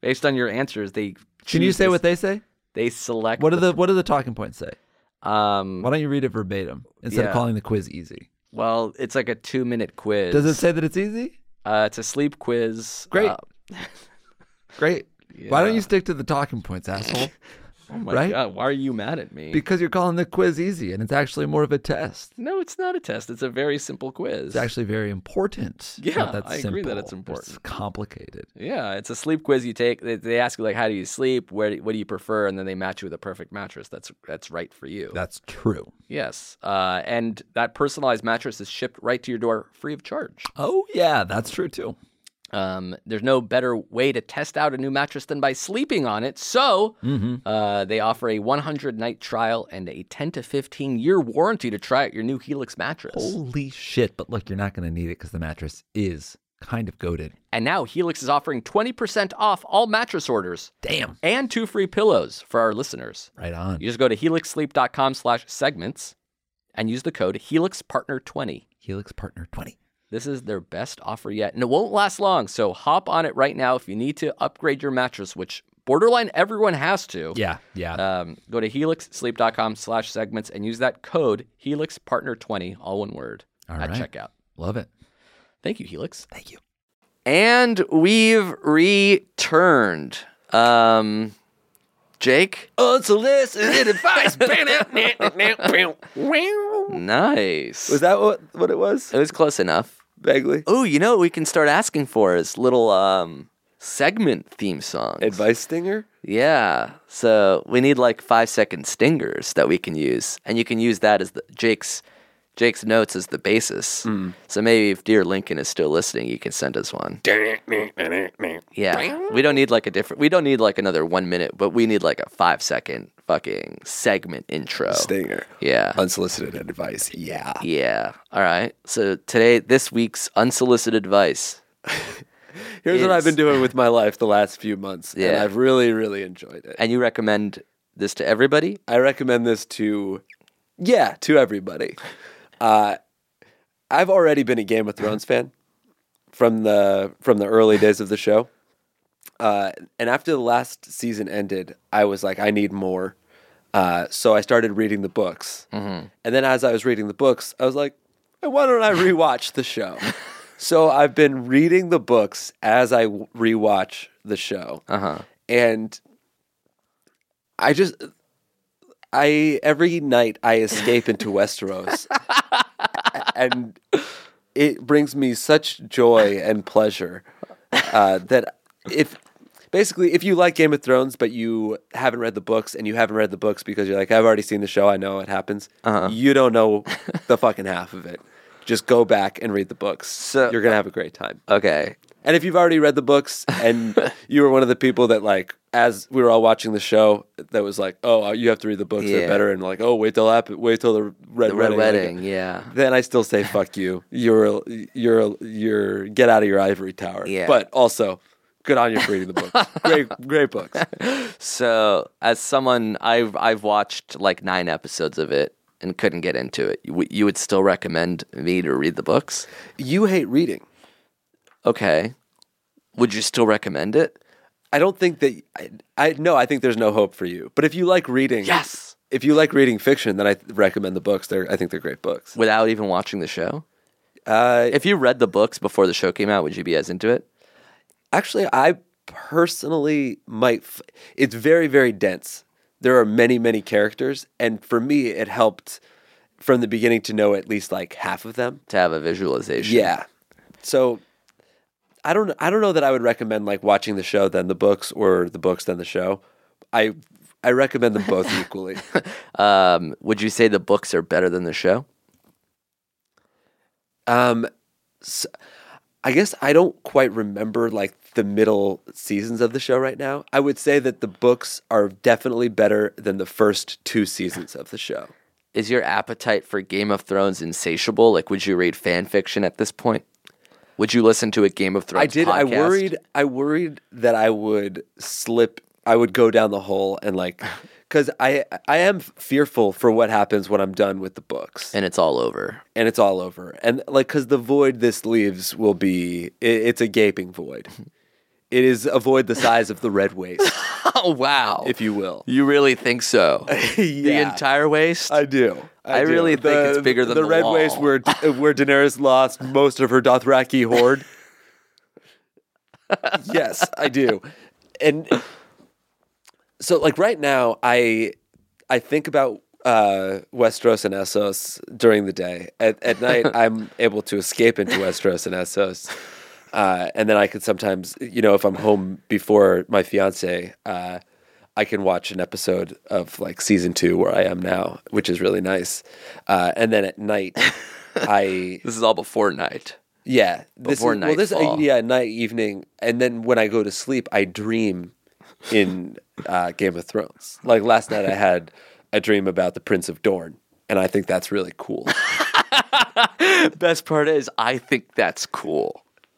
Speaker 2: based on your answers, they
Speaker 4: Can you
Speaker 2: choose
Speaker 4: say
Speaker 2: this-
Speaker 4: what they say?
Speaker 2: they select.
Speaker 4: What are the what do the talking points say?
Speaker 2: um?
Speaker 4: Why don't you read it verbatim instead
Speaker 2: Yeah.
Speaker 4: of calling the quiz easy?
Speaker 2: Well, it's like a two minute quiz.
Speaker 4: Does it say that it's easy?
Speaker 2: Uh, it's a sleep quiz.
Speaker 4: Great.
Speaker 2: Uh,
Speaker 4: Great. Why don't you stick to the
Speaker 2: *laughs*
Speaker 4: talking points, asshole?
Speaker 2: oh my
Speaker 4: Right?
Speaker 2: God, why are you mad at me?
Speaker 4: because you're calling the quiz easy, and it's actually more of a test.
Speaker 2: no, it's not a test. It's a very simple quiz.
Speaker 4: It's actually very important. It's
Speaker 2: Yeah,
Speaker 4: not that
Speaker 2: I agree that it's
Speaker 4: simple. It's
Speaker 2: important.
Speaker 4: complicated.
Speaker 2: Yeah, it's a sleep quiz you take. They, they ask you like, how do you sleep? Where do, what do you prefer? And then they match you with a perfect mattress. That's that's right for you.
Speaker 4: That's true.
Speaker 2: yes, uh, and that personalized mattress is shipped right to your door free of charge.
Speaker 4: Oh yeah, that's true too.
Speaker 2: Um, there's no better way to test out a new mattress than by sleeping on it. So uh, they offer a 100 night trial and a 10 to 15 year warranty to try out your new Helix mattress.
Speaker 4: Holy shit! But look, you're not going to need it because the mattress is kind of goaded.
Speaker 2: And now Helix is offering 20% off all mattress orders
Speaker 4: Damn.
Speaker 2: and two free pillows for our listeners.
Speaker 4: Right on.
Speaker 2: You just go to helixsleep.com slash segments and use the code HelixPartner20.
Speaker 4: Helix Partner 20.
Speaker 2: This is their best offer yet, and it won't last long. So hop on it right now if you need to upgrade your mattress, which borderline everyone has to.
Speaker 4: Yeah, yeah.
Speaker 2: Um, go to helixsleep.com slash segments and use that code HelixPartner20, all one word,
Speaker 4: All
Speaker 2: at
Speaker 4: right.
Speaker 2: checkout.
Speaker 4: Love it.
Speaker 2: Thank you, Helix.
Speaker 4: Thank you.
Speaker 2: And we've returned. Um, Jake?
Speaker 3: Unsolicited advice.
Speaker 2: *laughs* Nice.
Speaker 3: was that what, what it was?
Speaker 2: it was close enough.
Speaker 3: Vaguely.
Speaker 2: Oh, you know what we can start asking for is little um segment theme songs.
Speaker 3: Advice stinger?
Speaker 2: Yeah. So we need like five second stingers that we can use, and you can use that as the Jake's Jake's notes as the basis. So maybe if dear Lincoln is still listening, you can send us one. Yeah. We don't need like a different. We don't need like another one minute, but we need like a five second fucking segment intro.
Speaker 3: Stinger.
Speaker 2: Yeah.
Speaker 3: Unsolicited advice. Yeah.
Speaker 2: Yeah. All right. So today, this week's unsolicited advice.
Speaker 3: Here's what I've been
Speaker 2: It's-
Speaker 3: doing with my life the last few months, and
Speaker 2: Yeah.
Speaker 3: I've really, really enjoyed it.
Speaker 2: And you recommend this to everybody?
Speaker 3: I recommend this to, yeah, to everybody. Uh, I've already been a Game of Thrones fan from the from the early days of the show, uh, and after the last season ended, I was like, I need more. Uh, so I started reading the books, and then as I was reading the books, I was like, "Hey, why don't I rewatch the show? so I've been reading the books as I w- rewatch the show, uh-huh. and I just I every night I escape into Westeros, and it brings me such joy and pleasure uh, that if basically if you like Game of Thrones but you haven't read the books and you haven't read the books because you're like I've already seen the show I know it happens you don't know the fucking half of it just go back and read the books
Speaker 2: So-
Speaker 3: you're gonna have a great time
Speaker 2: Okay.
Speaker 3: and if you've already read the books
Speaker 2: *laughs*
Speaker 3: and you were one of the people that like as we were all watching the show that was like, "Oh, you have to read the books,
Speaker 2: Yeah.
Speaker 3: they're better." And like, "Oh, wait till app- wait till the red
Speaker 2: The Red
Speaker 3: Like,
Speaker 2: Wedding, yeah.
Speaker 3: Then I still say fuck you. You're a- you're a- you're get out of your ivory tower.
Speaker 2: Yeah.
Speaker 3: But also good on you for reading the books.
Speaker 2: *laughs*
Speaker 3: great great books.
Speaker 2: So, as someone I've I've watched like nine episodes of it and couldn't get into it, you, you would still recommend me to read the books?
Speaker 3: You hate reading.
Speaker 2: Okay. Would you still recommend it?
Speaker 3: I don't think that I, I no, I think there's no hope for you. But if you like reading
Speaker 2: Yes.
Speaker 3: If you like reading fiction, then I th- recommend the books. They're I think they're great books.
Speaker 2: Without even watching the show?
Speaker 3: Uh,
Speaker 2: If you read the books before the show came out, would you be as into it?
Speaker 3: Actually, I personally might. F- it's very, very dense. There are many, many characters, and for me, it helped from the beginning to know at least like half of them.
Speaker 2: To have a visualization?
Speaker 3: Yeah. So, I don't. I don't know that I would recommend like watching the show then the books, or the books then the show. I I recommend them both equally.
Speaker 2: *laughs* Um, would you say the books are better than the show?
Speaker 3: Um, s I I guess I don't quite remember like the middle seasons of the show right now. I would say that the books are definitely better than the first two seasons of the show.
Speaker 2: is your appetite for Game of Thrones insatiable? Like, would you read fan fiction at this point? Would you listen to a Game of Thrones?
Speaker 3: I did. I
Speaker 2: podcast?
Speaker 3: worried. I worried that I would slip. I would go down the hole and like, because I I am fearful for what happens when I'm done with the books and,
Speaker 2: and it's all
Speaker 3: *laughs*
Speaker 2: over.
Speaker 3: it's all over. And like, because the void this leaves will be i it's a gaping void. It is a void the size of the red waste,
Speaker 2: Oh wow!
Speaker 3: if you will.
Speaker 2: you really think so, *laughs* the
Speaker 3: *laughs* Yeah.
Speaker 2: entire waste.
Speaker 3: I do.
Speaker 2: I
Speaker 3: do.
Speaker 2: really think it's bigger than
Speaker 3: the
Speaker 2: the
Speaker 3: red
Speaker 2: wall.
Speaker 3: waste
Speaker 2: *laughs*
Speaker 3: where uh, where Daenerys lost most of her Dothraki horde. yes, I do. And so like right now I I think about uh, Westeros and Essos during the day. At, at night, I'm able to escape into Westeros and Essos, uh, and then I could sometimes, you know, if I'm home before my fiance, uh, I can watch an episode of like season two where I am now, which is really nice. Uh, and then at night, I
Speaker 2: this is all before night.
Speaker 3: yeah. This
Speaker 2: Before
Speaker 3: is, well, this, uh,
Speaker 2: nightfall.
Speaker 3: yeah, night, evening. And then when I go to sleep, I dream in uh, Game of Thrones. Like last night, I had a dream about the Prince of Dorne. And I think that's really cool.
Speaker 2: Best part is, I think that's cool,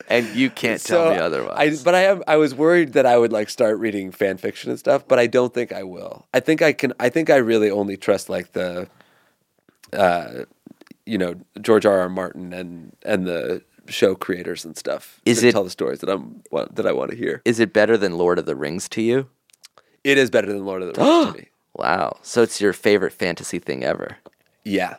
Speaker 2: and you can't *laughs* tell me otherwise.
Speaker 3: I, but I am. I was worried that I would like start reading fan fiction and stuff, but I don't think I will. I think I can. I think I really only trust like the, uh, you know, George R. R. Martin and and the show creators and stuff.
Speaker 2: Is
Speaker 3: to
Speaker 2: it-
Speaker 3: tell the stories that I'm want- that I want to hear?
Speaker 2: is it better than Lord of the Rings to you?
Speaker 3: It is better than Lord of the Rings to
Speaker 2: *gasps*
Speaker 3: me.
Speaker 2: Wow! So it's your favorite fantasy thing ever.
Speaker 3: Yeah.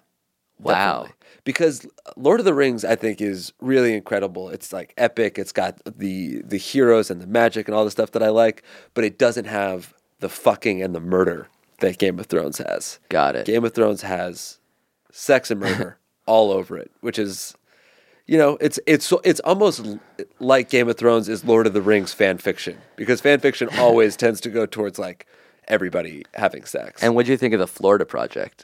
Speaker 2: Wow.
Speaker 3: definitely. Because Lord of the Rings, I think, is really incredible. It's like epic. It's got the the heroes and the magic and all the stuff that I like, but it doesn't have the fucking and the murder that Game of Thrones has.
Speaker 2: Got it.
Speaker 3: Game of Thrones has sex and
Speaker 2: *laughs*
Speaker 3: murder all over it, which is, you know, it's it's so- it's almost l- like Game of Thrones is Lord of the Rings fan fiction because
Speaker 2: *laughs*
Speaker 3: fan fiction always tends to go towards like everybody having sex.
Speaker 2: And what do you think of the Florida Project?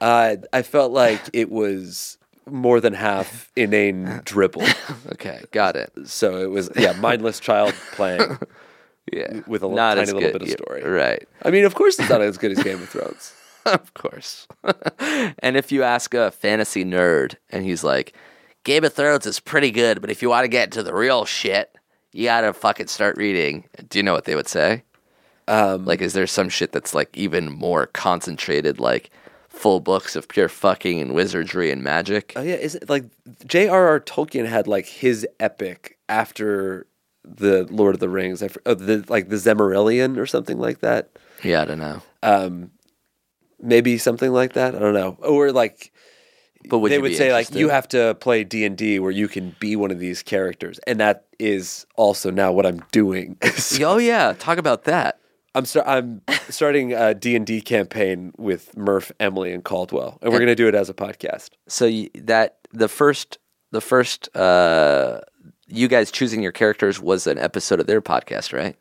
Speaker 3: Uh, I felt like it was more than half
Speaker 2: *laughs*
Speaker 3: inane dribble.
Speaker 2: Okay, got it.
Speaker 3: So it was yeah, mindless child playing.
Speaker 2: Yeah,
Speaker 3: with a li-
Speaker 2: Not
Speaker 3: tiny
Speaker 2: as
Speaker 3: little
Speaker 2: good.
Speaker 3: bit of
Speaker 2: Yeah,
Speaker 3: story.
Speaker 2: right?
Speaker 3: I mean, of course it's not as good as Game of Thrones.
Speaker 2: *laughs* of course. and if you ask a fantasy nerd and he's like, Game of Thrones is pretty good, but if you want to get to the real shit, you gotta fucking start reading. Do you know what they would say? Um, like, is there some shit that's like even more concentrated, like full books of pure fucking and wizardry and magic?
Speaker 3: Oh yeah, is it like J.R.R. Tolkien had like his epic after the Lord of the Rings, I f- uh, the, like the Zemarillion or something like that.
Speaker 2: yeah, I don't know.
Speaker 3: Maybe something like that. I don't know. Or like
Speaker 2: But would
Speaker 3: they
Speaker 2: you
Speaker 3: would
Speaker 2: be
Speaker 3: say like you
Speaker 2: interested?
Speaker 3: have to play D and D where you can be one of these characters, and that is also now what I'm doing. *laughs* So-
Speaker 2: *laughs* Oh yeah, talk about that.
Speaker 3: I'm star- I'm starting a D and D campaign with Murph, Emily, and Caldwell, and we're going to do it as a podcast.
Speaker 2: so y that the first the first uh you guys choosing your characters was an episode of their podcast right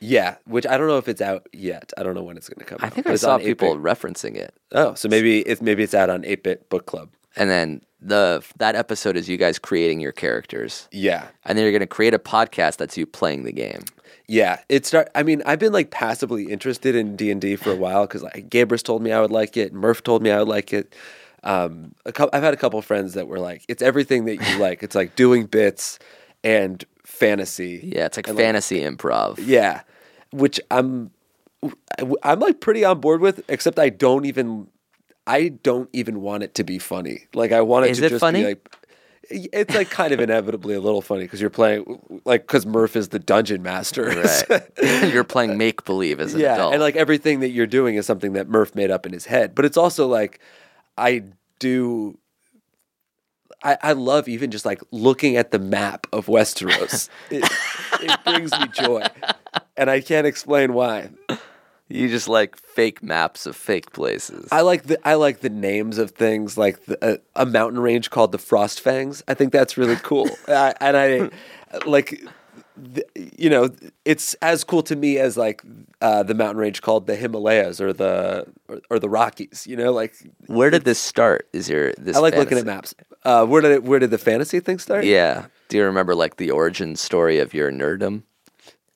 Speaker 3: Yeah, which I don't know if it's out yet. I don't know when it's going to come.
Speaker 2: i
Speaker 3: out,
Speaker 2: think
Speaker 3: but
Speaker 2: i
Speaker 3: it's
Speaker 2: saw
Speaker 3: on 8-Bit.
Speaker 2: people referencing it
Speaker 3: Oh, so maybe it's maybe it's out on Eight Bit Book Club.
Speaker 2: and then the that episode is you guys creating your characters
Speaker 3: Yeah,
Speaker 2: and then you're going to create a podcast that's you playing the game
Speaker 3: yeah. It start. I mean, I've been like passively interested in D and D for a while because like Gabrus told me I would like it. Murph told me I would like it. Um, a cou- I've had a couple friends that were like, it's everything that you like. It's like doing bits and fantasy.
Speaker 2: yeah it's like
Speaker 3: And,
Speaker 2: fantasy improv
Speaker 3: *laughs* Yeah, which I'm I'm like pretty on board with, except I don't even I don't even want it to be funny. Like I want it
Speaker 2: Is
Speaker 3: to
Speaker 2: it
Speaker 3: just
Speaker 2: funny?
Speaker 3: be like it's like kind of inevitably a little funny because you're playing like because Murph is the dungeon master. *laughs*
Speaker 2: right *laughs* you're playing make believe as an
Speaker 3: yeah,
Speaker 2: adult
Speaker 3: and like everything that you're doing is something that Murph made up in his head. But it's also like I do. I, I love even just like looking at the map of Westeros. it, it brings me joy, and I can't explain why.
Speaker 2: you just like fake maps of fake places
Speaker 3: I like the I like the names of things like the, uh, a mountain range called the Frost Fangs. I think that's really
Speaker 2: *laughs*
Speaker 3: cool, I, and I like th- you know it's as cool to me as like uh, the mountain range called the Himalayas or the or, or the Rockies. You know, like
Speaker 2: where did this start is your this
Speaker 3: I like
Speaker 2: fantasy?
Speaker 3: looking at maps. Uh, where did it, where did the fantasy thing start?
Speaker 2: yeah do you remember like the origin story of your nerdum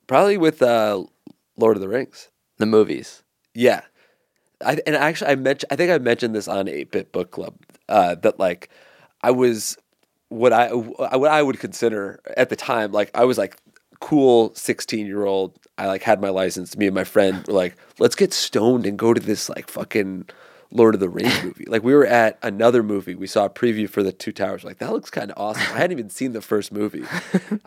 Speaker 3: probably with uh, Lord of the Rings.
Speaker 2: the movies
Speaker 3: Yeah. I, and actually, I mentioned. I think I mentioned this on Eight Bit Book Club uh, that like I was what I what I would consider at the time. Like I was like cool sixteen year old. I like had my license. Me and my friend were like, let's get stoned and go to this like fucking Lord of the Rings movie. Like we were at another movie. We saw a preview for the Two Towers. Like that looks kind of awesome. I hadn't even seen the first movie.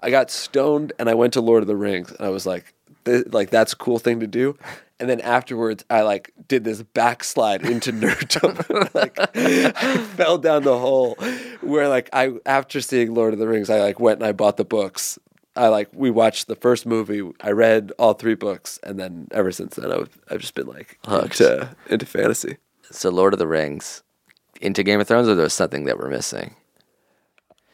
Speaker 3: I got stoned and I went to Lord of the Rings and I was like, th- like that's a cool thing to do. And then afterwards, I like did this backslide into *laughs* nerddom. like *laughs* I fell down the hole where like I after seeing Lord of the Rings, I like went and I bought the books. I like we watched the first movie. I read all three books, and then ever since then, I've I've just been like hooked into, into fantasy.
Speaker 2: So Lord of the Rings into Game of Thrones, or there was something that we're missing.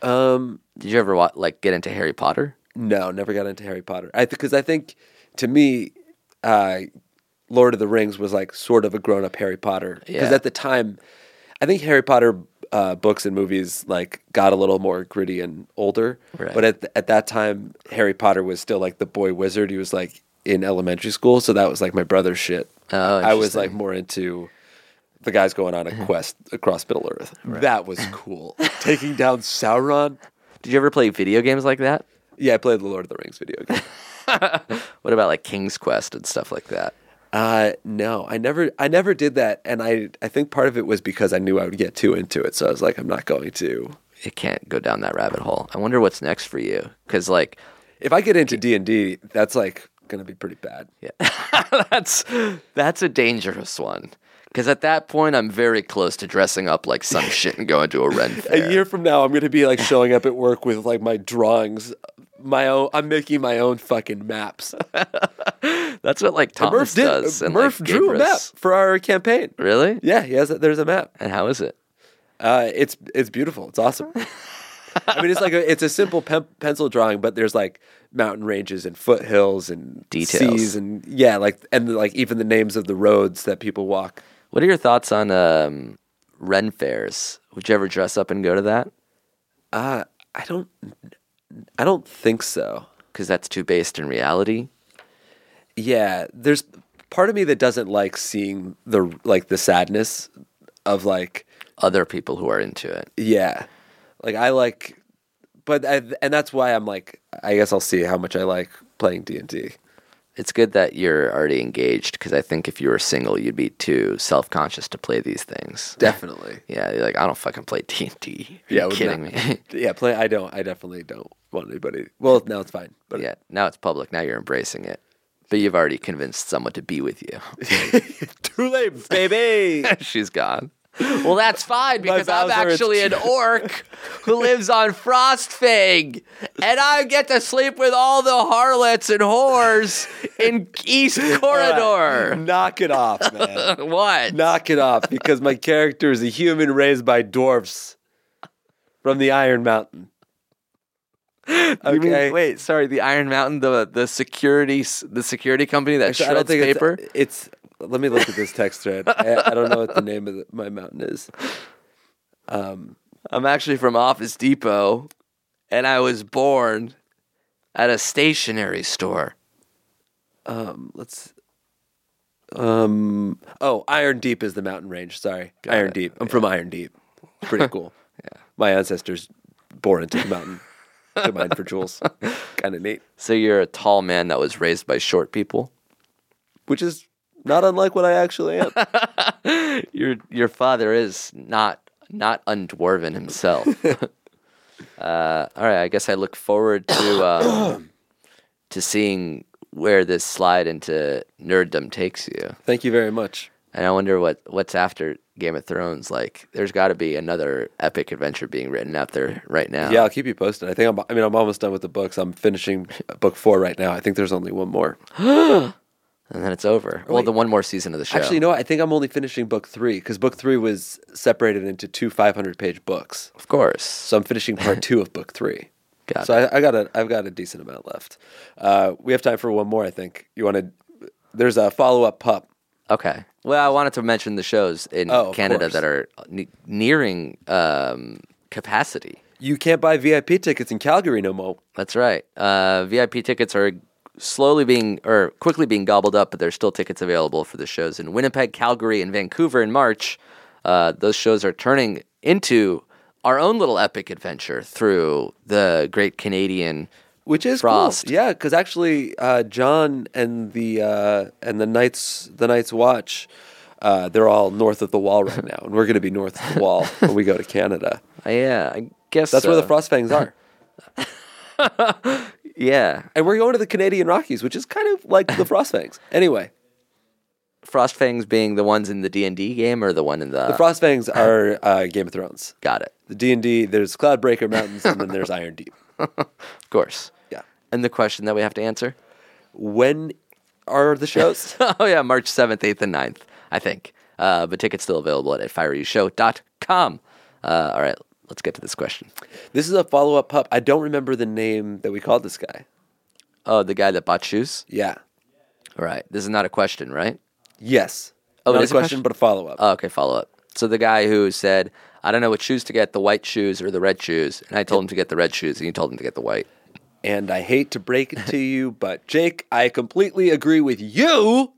Speaker 3: Um,
Speaker 2: Did you ever wa- like get into Harry Potter?
Speaker 3: No, never got into Harry Potter. I because I think to me, uh, Lord of the Rings was like sort of a grown up Harry Potter because
Speaker 2: Yeah.
Speaker 3: at the time, I think Harry Potter uh, books and movies like got a little more gritty and older.
Speaker 2: Right.
Speaker 3: But at at that time, Harry Potter was still like the boy wizard. He was like in elementary school, so that was like my brother's shit.
Speaker 2: Oh,
Speaker 3: I was
Speaker 2: interesting.
Speaker 3: like more into. The guy's going on a quest across Middle Earth. That was cool. Taking down Sauron.
Speaker 2: Did you ever play video games like that?
Speaker 3: Yeah, I played the Lord of the Rings video game.
Speaker 2: What about like King's Quest and stuff like that?
Speaker 3: Uh, no, I never, I never did that, and I, I think part of it was because I knew I would get too into it, so I was like, I'm not going to.
Speaker 2: It can't go down that rabbit hole. I wonder what's next for you, because like
Speaker 3: If I get into D and D, that's like gonna be pretty bad.
Speaker 2: *laughs* that's that's a dangerous one. Because at that point, I'm very close to dressing up like *laughs* some shit and going to a Ren fair.
Speaker 3: A year from now, I'm gonna be like showing up at work with like my drawings, my own. I'm making my own fucking maps.
Speaker 2: That's what like
Speaker 3: And
Speaker 2: Thomas
Speaker 3: did-
Speaker 2: does. and,
Speaker 3: Murph
Speaker 2: like,
Speaker 3: drew a
Speaker 2: Gabrus.
Speaker 3: map for our campaign.
Speaker 2: Really?
Speaker 3: Yeah, he has. A, there's a map.
Speaker 2: And how is it?
Speaker 3: Uh, it's it's beautiful. It's awesome. I mean, it's like a, it's a simple pen, pencil drawing, but there's like mountain ranges and foothills and
Speaker 2: Details.
Speaker 3: seas and yeah, like and like even the names of the roads that people walk.
Speaker 2: What are your thoughts on um, Ren fairs? Would you ever dress up and go to that?
Speaker 3: Uh, I don't, I don't think so.
Speaker 2: Because that's too based in reality.
Speaker 3: Yeah, there's part of me that doesn't like seeing the like the sadness of like
Speaker 2: Other people who are into it.
Speaker 3: Yeah. Like I like but I, and that's why I'm like I guess I'll see how much I like playing D&D.
Speaker 2: It's good that you're already engaged. Because I think if you were single, you'd be too self conscious to play these things.
Speaker 3: Definitely.
Speaker 2: Yeah, you're like I don't fucking play D and D.
Speaker 3: Yeah,
Speaker 2: Yeah,
Speaker 3: it would
Speaker 2: kidding
Speaker 3: not-
Speaker 2: me. *laughs*
Speaker 3: yeah, play I don't I definitely don't want anybody. Well, now it's fine. But
Speaker 2: But yeah, now it's public. Now you're embracing it. But you've already convinced someone to be with you.
Speaker 3: *laughs* too
Speaker 2: *laughs*
Speaker 3: late, baby.
Speaker 2: She's gone. Well, that's fine because I'm
Speaker 3: vows are
Speaker 2: actually an
Speaker 3: *laughs*
Speaker 2: orc who lives on Frostfang, and I get to sleep with all the harlots and whores in
Speaker 3: *laughs*
Speaker 2: East Corridor.
Speaker 3: Knock it off, man.
Speaker 2: What?
Speaker 3: Knock it off because my character is a human raised by dwarfs from the Iron Mountain. Okay.
Speaker 2: You mean- wait, sorry. The Iron Mountain, the the security s- the security company that
Speaker 3: Actually,
Speaker 2: shreds paper.
Speaker 3: It's, it's. Let me look at this text thread. I, I don't know what the name of the, my mountain is.
Speaker 2: I'm actually from Office Depot, and I was born at a stationery store.
Speaker 3: Um, let's. Um. Oh, Iron Deep is the mountain range. Sorry, Iron Deep. I'm from Iron Deep. *laughs* Pretty cool. yeah. My ancestors born into the mountain. to mine for *laughs* jewels. kind of neat.
Speaker 2: So you're a tall man that was raised by short people.
Speaker 3: Which is not unlike what I actually am.
Speaker 2: your your father is not not undwarven
Speaker 3: *laughs*
Speaker 2: himself. uh, all right, I guess I look forward to
Speaker 3: *coughs*
Speaker 2: um, to seeing where this slide into nerddom takes you.
Speaker 3: Thank you very *laughs* much.
Speaker 2: And I wonder what what's after Game of Thrones. Like, there's got to be another epic adventure being written out there right now.
Speaker 3: Yeah, I'll keep you posted. I think I'm. I mean, I'm almost done with the books. I'm finishing book four right now. I think there's only one more.
Speaker 2: and then it's over. well, the one more season of the show.
Speaker 3: Actually, you know what? I think I'm only finishing book three because book three was separated into two 500 page books.
Speaker 2: of course.
Speaker 3: So I'm finishing part two of book three.
Speaker 2: *laughs* Got
Speaker 3: so I, I got a, I've got a decent amount left. Uh, we have time for one more, I think. You want to? There's a follow up pup.
Speaker 2: Okay. Well, I wanted to mention the shows in
Speaker 3: Oh, of
Speaker 2: Canada
Speaker 3: course.
Speaker 2: that are ne- nearing um, capacity.
Speaker 3: You can't buy VIP tickets in Calgary no more.
Speaker 2: That's right. Uh, VIP tickets are slowly being or quickly being gobbled up, but there's still tickets available for the shows in Winnipeg, Calgary, and Vancouver in March. Uh, those shows are turning into our own little epic adventure through the Great Canadian
Speaker 3: which is
Speaker 2: Frost.
Speaker 3: Cool. Yeah, because actually, uh, John and the uh, and the Knights the Knights Watch, uh, they're all north of the
Speaker 2: *laughs*
Speaker 3: wall right now, and we're going to be north of the wall when we go to Canada.
Speaker 2: uh, Yeah, I guess
Speaker 3: That's where the
Speaker 2: so.
Speaker 3: Frost
Speaker 2: *laughs*
Speaker 3: Fangs are,
Speaker 2: Yeah,
Speaker 3: and we're going to the Canadian Rockies, which is kind of like the Frost Fangs. Anyway,
Speaker 2: Frostfangs being the ones in the D and D game or the one in the,
Speaker 3: the
Speaker 2: *laughs*
Speaker 3: Frost Fangs are uh, Game of Thrones.
Speaker 2: Got it.
Speaker 3: The D and D, there's Cloudbreaker Mountains, and
Speaker 2: *laughs*
Speaker 3: then there's Iron Deep.
Speaker 2: Of course.
Speaker 3: Yeah.
Speaker 2: And the question that we have to answer.
Speaker 3: When are the shows?
Speaker 2: *laughs* oh yeah, March seventh, eighth, and 9th, I think. Uh, but tickets still available at fireyoushow.com. Uh, all right, let's get to this question.
Speaker 3: *laughs* this is a follow up pup. I don't remember the name that we called this guy.
Speaker 2: Oh, the guy that bought shoes.
Speaker 3: Yeah.
Speaker 2: All right, this is not a question, right?
Speaker 3: Yes.
Speaker 2: Oh, it
Speaker 3: Not a
Speaker 2: is a
Speaker 3: question,
Speaker 2: question?
Speaker 3: but a follow up.
Speaker 2: Oh, okay, follow up. So the guy who said, "I don't know what shoes to get, the white shoes or the red shoes," and I told him to get the red shoes, and he told him to get the white.
Speaker 3: And I hate to break it to you, *laughs* but Jake, I completely agree with you.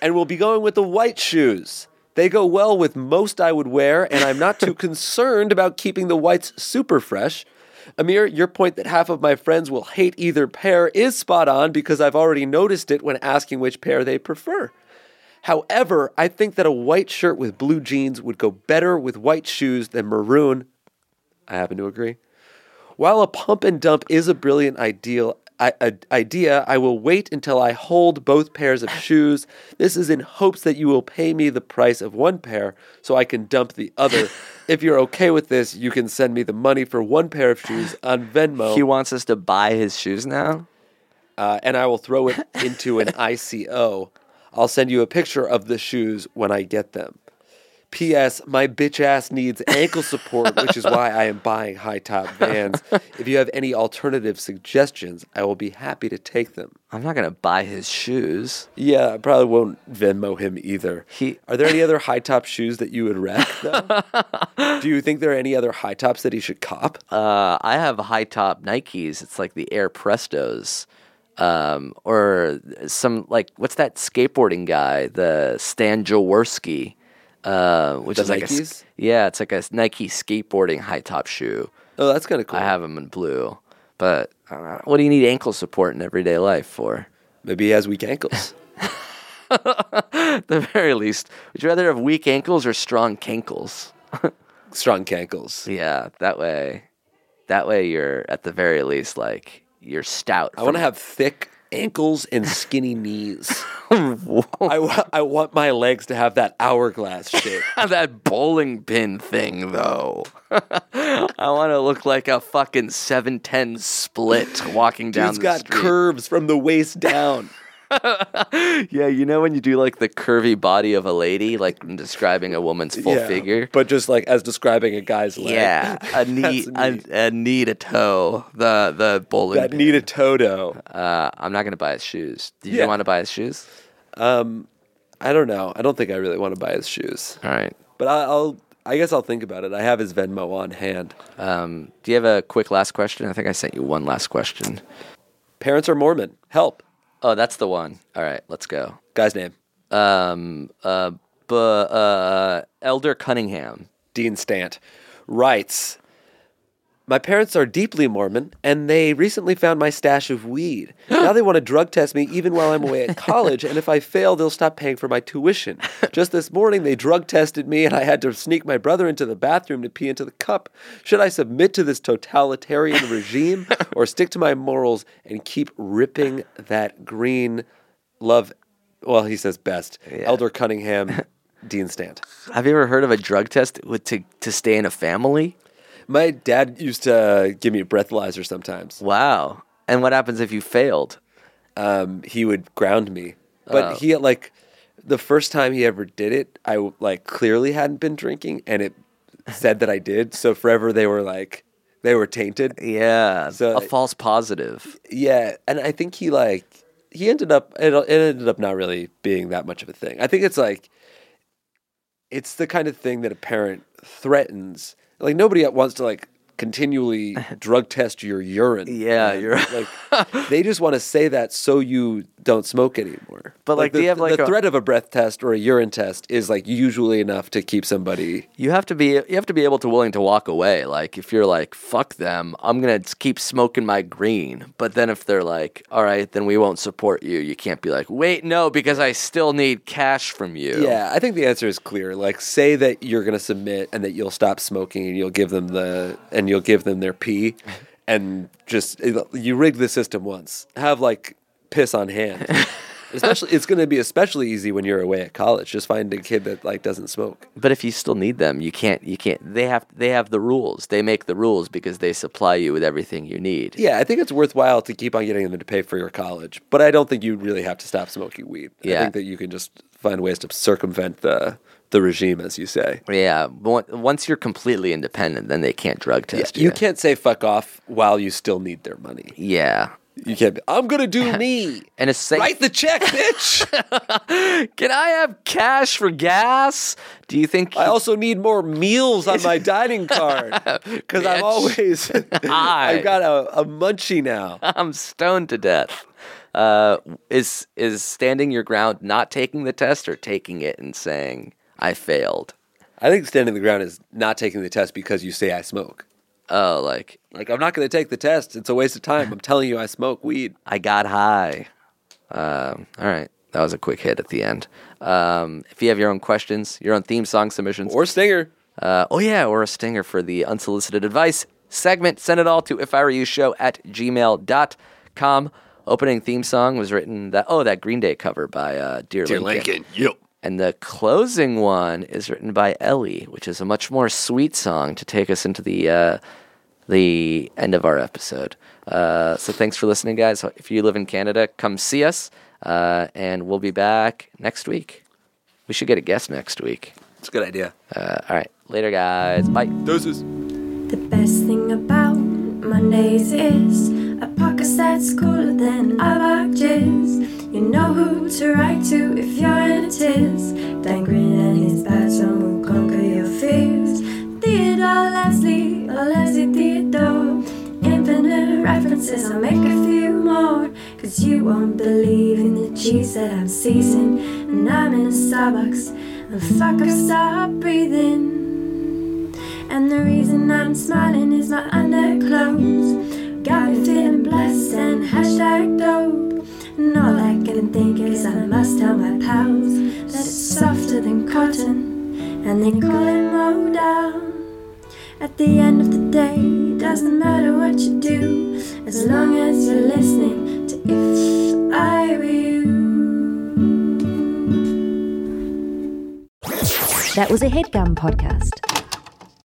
Speaker 3: And we'll be going with the white shoes. They go well with most I would wear, and I'm not too concerned about keeping the whites super fresh. Amir, your point that half of my friends will hate either pair is spot on because I've already noticed it when asking which pair they prefer. However, I think that a white shirt with blue jeans would go better with white shoes than maroon. I happen to agree. While a pump and dump is a brilliant ideal I, a- idea, I will wait until I hold both pairs of shoes. This is in hopes that you will pay me the price of one pair so I can dump the other. if you're okay with this, you can send me the money for one pair of shoes on Venmo,
Speaker 2: He wants us to buy his shoes now.
Speaker 3: uh, and I will throw
Speaker 2: *laughs*
Speaker 3: it into an ICO. I'll send you a picture of the shoes when I get them. P.S. My bitch ass needs ankle support, which is why I am buying high top
Speaker 2: *laughs*
Speaker 3: vans. If you have any alternative suggestions, I will be happy to take them.
Speaker 2: I'm not gonna buy his shoes.
Speaker 3: Yeah, I probably won't Venmo him either.
Speaker 2: He-
Speaker 3: Are there any other high top shoes that you would wreck,
Speaker 2: *laughs*
Speaker 3: though? Do you think there are any other high tops that he should cop?
Speaker 2: Uh, I have high top Nikes. It's like the Air Prestos, um, or some like what's that skateboarding guy, the Stan Jaworski, uh, which
Speaker 3: The
Speaker 2: is like a,
Speaker 3: Nikes?
Speaker 2: sk- yeah, it's like a Nike skateboarding high top shoe.
Speaker 3: oh, that's kind of cool.
Speaker 2: I have them in blue, but uh, what do you need ankle support in everyday life for? *laughs*
Speaker 3: Maybe he has weak ankles.
Speaker 2: At the very least, would you rather have weak ankles or strong cankles?
Speaker 3: Strong cankles.
Speaker 2: Yeah, that way, that way you're at the very least like you're stout.
Speaker 3: I want to have thick ankles
Speaker 2: *laughs*
Speaker 3: and skinny knees.
Speaker 2: Oh.
Speaker 3: I, wa- I want my legs to have that hourglass
Speaker 2: *laughs*
Speaker 3: shape.
Speaker 2: that bowling pin thing though. *laughs* I want to look like a fucking seven ten split walking down
Speaker 3: Dude's
Speaker 2: the
Speaker 3: got
Speaker 2: street.
Speaker 3: curves from the waist down.
Speaker 2: *laughs* yeah, you know when you do like the curvy body of a lady, like in describing a woman's full
Speaker 3: Yeah,
Speaker 2: figure.
Speaker 3: But just like as describing a guy's leg.
Speaker 2: yeah,
Speaker 3: *laughs*
Speaker 2: a knee, a,
Speaker 3: neat.
Speaker 2: a knee to toe. The the bowling.
Speaker 3: That
Speaker 2: pin.
Speaker 3: need a toto.
Speaker 2: Uh, I'm not gonna buy his shoes. Do you
Speaker 3: Yeah.
Speaker 2: want to buy his shoes?
Speaker 3: I don't know. I don't think I really want to buy his shoes.
Speaker 2: All right.
Speaker 3: But I, I'll. I guess I'll think about it. I have his Venmo on hand.
Speaker 2: Um, do you have a quick last question? I think I sent you one last question.
Speaker 3: Parents are Mormon. Help.
Speaker 2: Oh, that's the one. All right, let's go.
Speaker 3: Guy's name.
Speaker 2: Um, uh, bu- uh, Elder Cunningham.
Speaker 3: Dean Stant, writes My parents are deeply Mormon, and they recently found my stash of weed. Now they want to drug test me even while I'm away at college, and if I fail, they'll stop paying for my tuition. Just this morning, they drug tested me, and I had to sneak my brother into the bathroom to pee into the cup. Should I submit to this totalitarian regime or stick to my morals and keep ripping that green love? Well, he says best. Elder Cunningham, Dean Stant.
Speaker 2: Have you ever heard of a drug test with, to to stay in a family?
Speaker 3: My dad used to give me a breathalyzer sometimes.
Speaker 2: Wow. And what happens if you failed?
Speaker 3: Um, he would ground me, but he had like the first time he ever did it, I like clearly hadn't been drinking, and it said that I did. So forever they were like they were tainted.
Speaker 2: Yeah,
Speaker 3: So-
Speaker 2: a false positive.
Speaker 3: Yeah, and I think he like he ended up it, it ended up not really being that much of a thing. I think it's like it's the kind of thing that a parent threatens. Like nobody wants to like
Speaker 2: *laughs*
Speaker 3: continually drug test your urine.
Speaker 2: Yeah,
Speaker 3: man.
Speaker 2: you're- *laughs*
Speaker 3: like they just want to say that so you don't smoke anymore.
Speaker 2: But, like,
Speaker 3: the,
Speaker 2: they have, like,
Speaker 3: the
Speaker 2: a-
Speaker 3: threat of a breath test or a urine test is like usually enough to keep somebody.
Speaker 2: You have to be you have to be able to willing to walk away. Like if you're like fuck them, I'm gonna keep smoking my green. But then if they're like, all right, then we won't support you. You can't be like, wait, no, because I still need cash from you.
Speaker 3: Yeah, I think the answer is clear. Like say that you're going to submit and that you'll stop smoking and you'll give them the and you'll give them their pee and just you rigged the system once. Have like piss on hand. Especially, it's going to be especially easy when you're away at college. Just find a kid that like doesn't smoke.
Speaker 2: But if you still need them, you can't. You can't. They have. They have the rules. They make the rules because they supply you with everything you need.
Speaker 3: Yeah, I think it's worthwhile to keep on getting them to pay for your college, but I don't think you really have to stop smoking weed. I
Speaker 2: Yeah.
Speaker 3: think that you can just find ways to circumvent the the regime, as you say.
Speaker 2: Yeah. but on- Once you're completely independent, then they can't drug test you.
Speaker 3: You can't say fuck off while you still need their money.
Speaker 2: Yeah.
Speaker 3: You can't. Be, I'm
Speaker 2: *laughs*
Speaker 3: gonna do me.
Speaker 2: And it's safe.
Speaker 3: Write the check,
Speaker 2: *laughs*
Speaker 3: bitch.
Speaker 2: Can I have cash for gas? Do you think
Speaker 3: I also need more meals on my
Speaker 2: *laughs*
Speaker 3: dining card because
Speaker 2: Bitch. *laughs*
Speaker 3: I'm always.
Speaker 2: Hi.
Speaker 3: I've got a, a munchie now.
Speaker 2: *laughs* I'm stoned to death? Uh, is is standing your ground, not taking the test, or taking it and saying I failed?
Speaker 3: I think standing the ground is not taking the test because you say I smoke.
Speaker 2: Oh, like
Speaker 3: Like I'm not going to take the test. It's a waste of time. I'm telling you, I smoke weed.
Speaker 2: I got high. Um, all right. That was a quick hit at the end. Um, if you have your own questions, your own theme song submissions,
Speaker 3: Or stinger.
Speaker 2: uh, oh yeah, or a stinger for the unsolicited advice segment, send it all to if I were you show at gmail.com. Opening theme song was written that oh that Green Day cover by uh, Dear, Lincoln.
Speaker 3: Yep.
Speaker 2: And the closing one is written by Ellie, which is a much more sweet song to take us into the uh, the end of our episode. Uh, so thanks for listening, guys. If you live in Canada, come see us, uh, and we'll be back next week. We should get a guest next week.
Speaker 3: It's a good idea.
Speaker 2: Uh, all right, later, guys. Bye.
Speaker 3: Doses.
Speaker 5: The best thing about Mondays is a podcast that's cooler than Avac is. You know who to write to if you're in a tiz. Dan Green and his passion will conquer your fears. Theodore Leslie, or Leslie Theodore. Infinite references, I'll make a few more. Cause you won't believe in the cheese that I'm seizing. And I'm in a Starbucks, and fuck, I start breathing. And the reason I'm smiling is my underclothes. Got me feeling blessed and hashtag dope. And all I can think is I must tell my pals that it's softer than cotton. And they call it mo down. At the end of the day, doesn't matter what you do, as long as you're listening to If I Were You.
Speaker 6: That was a headgum podcast.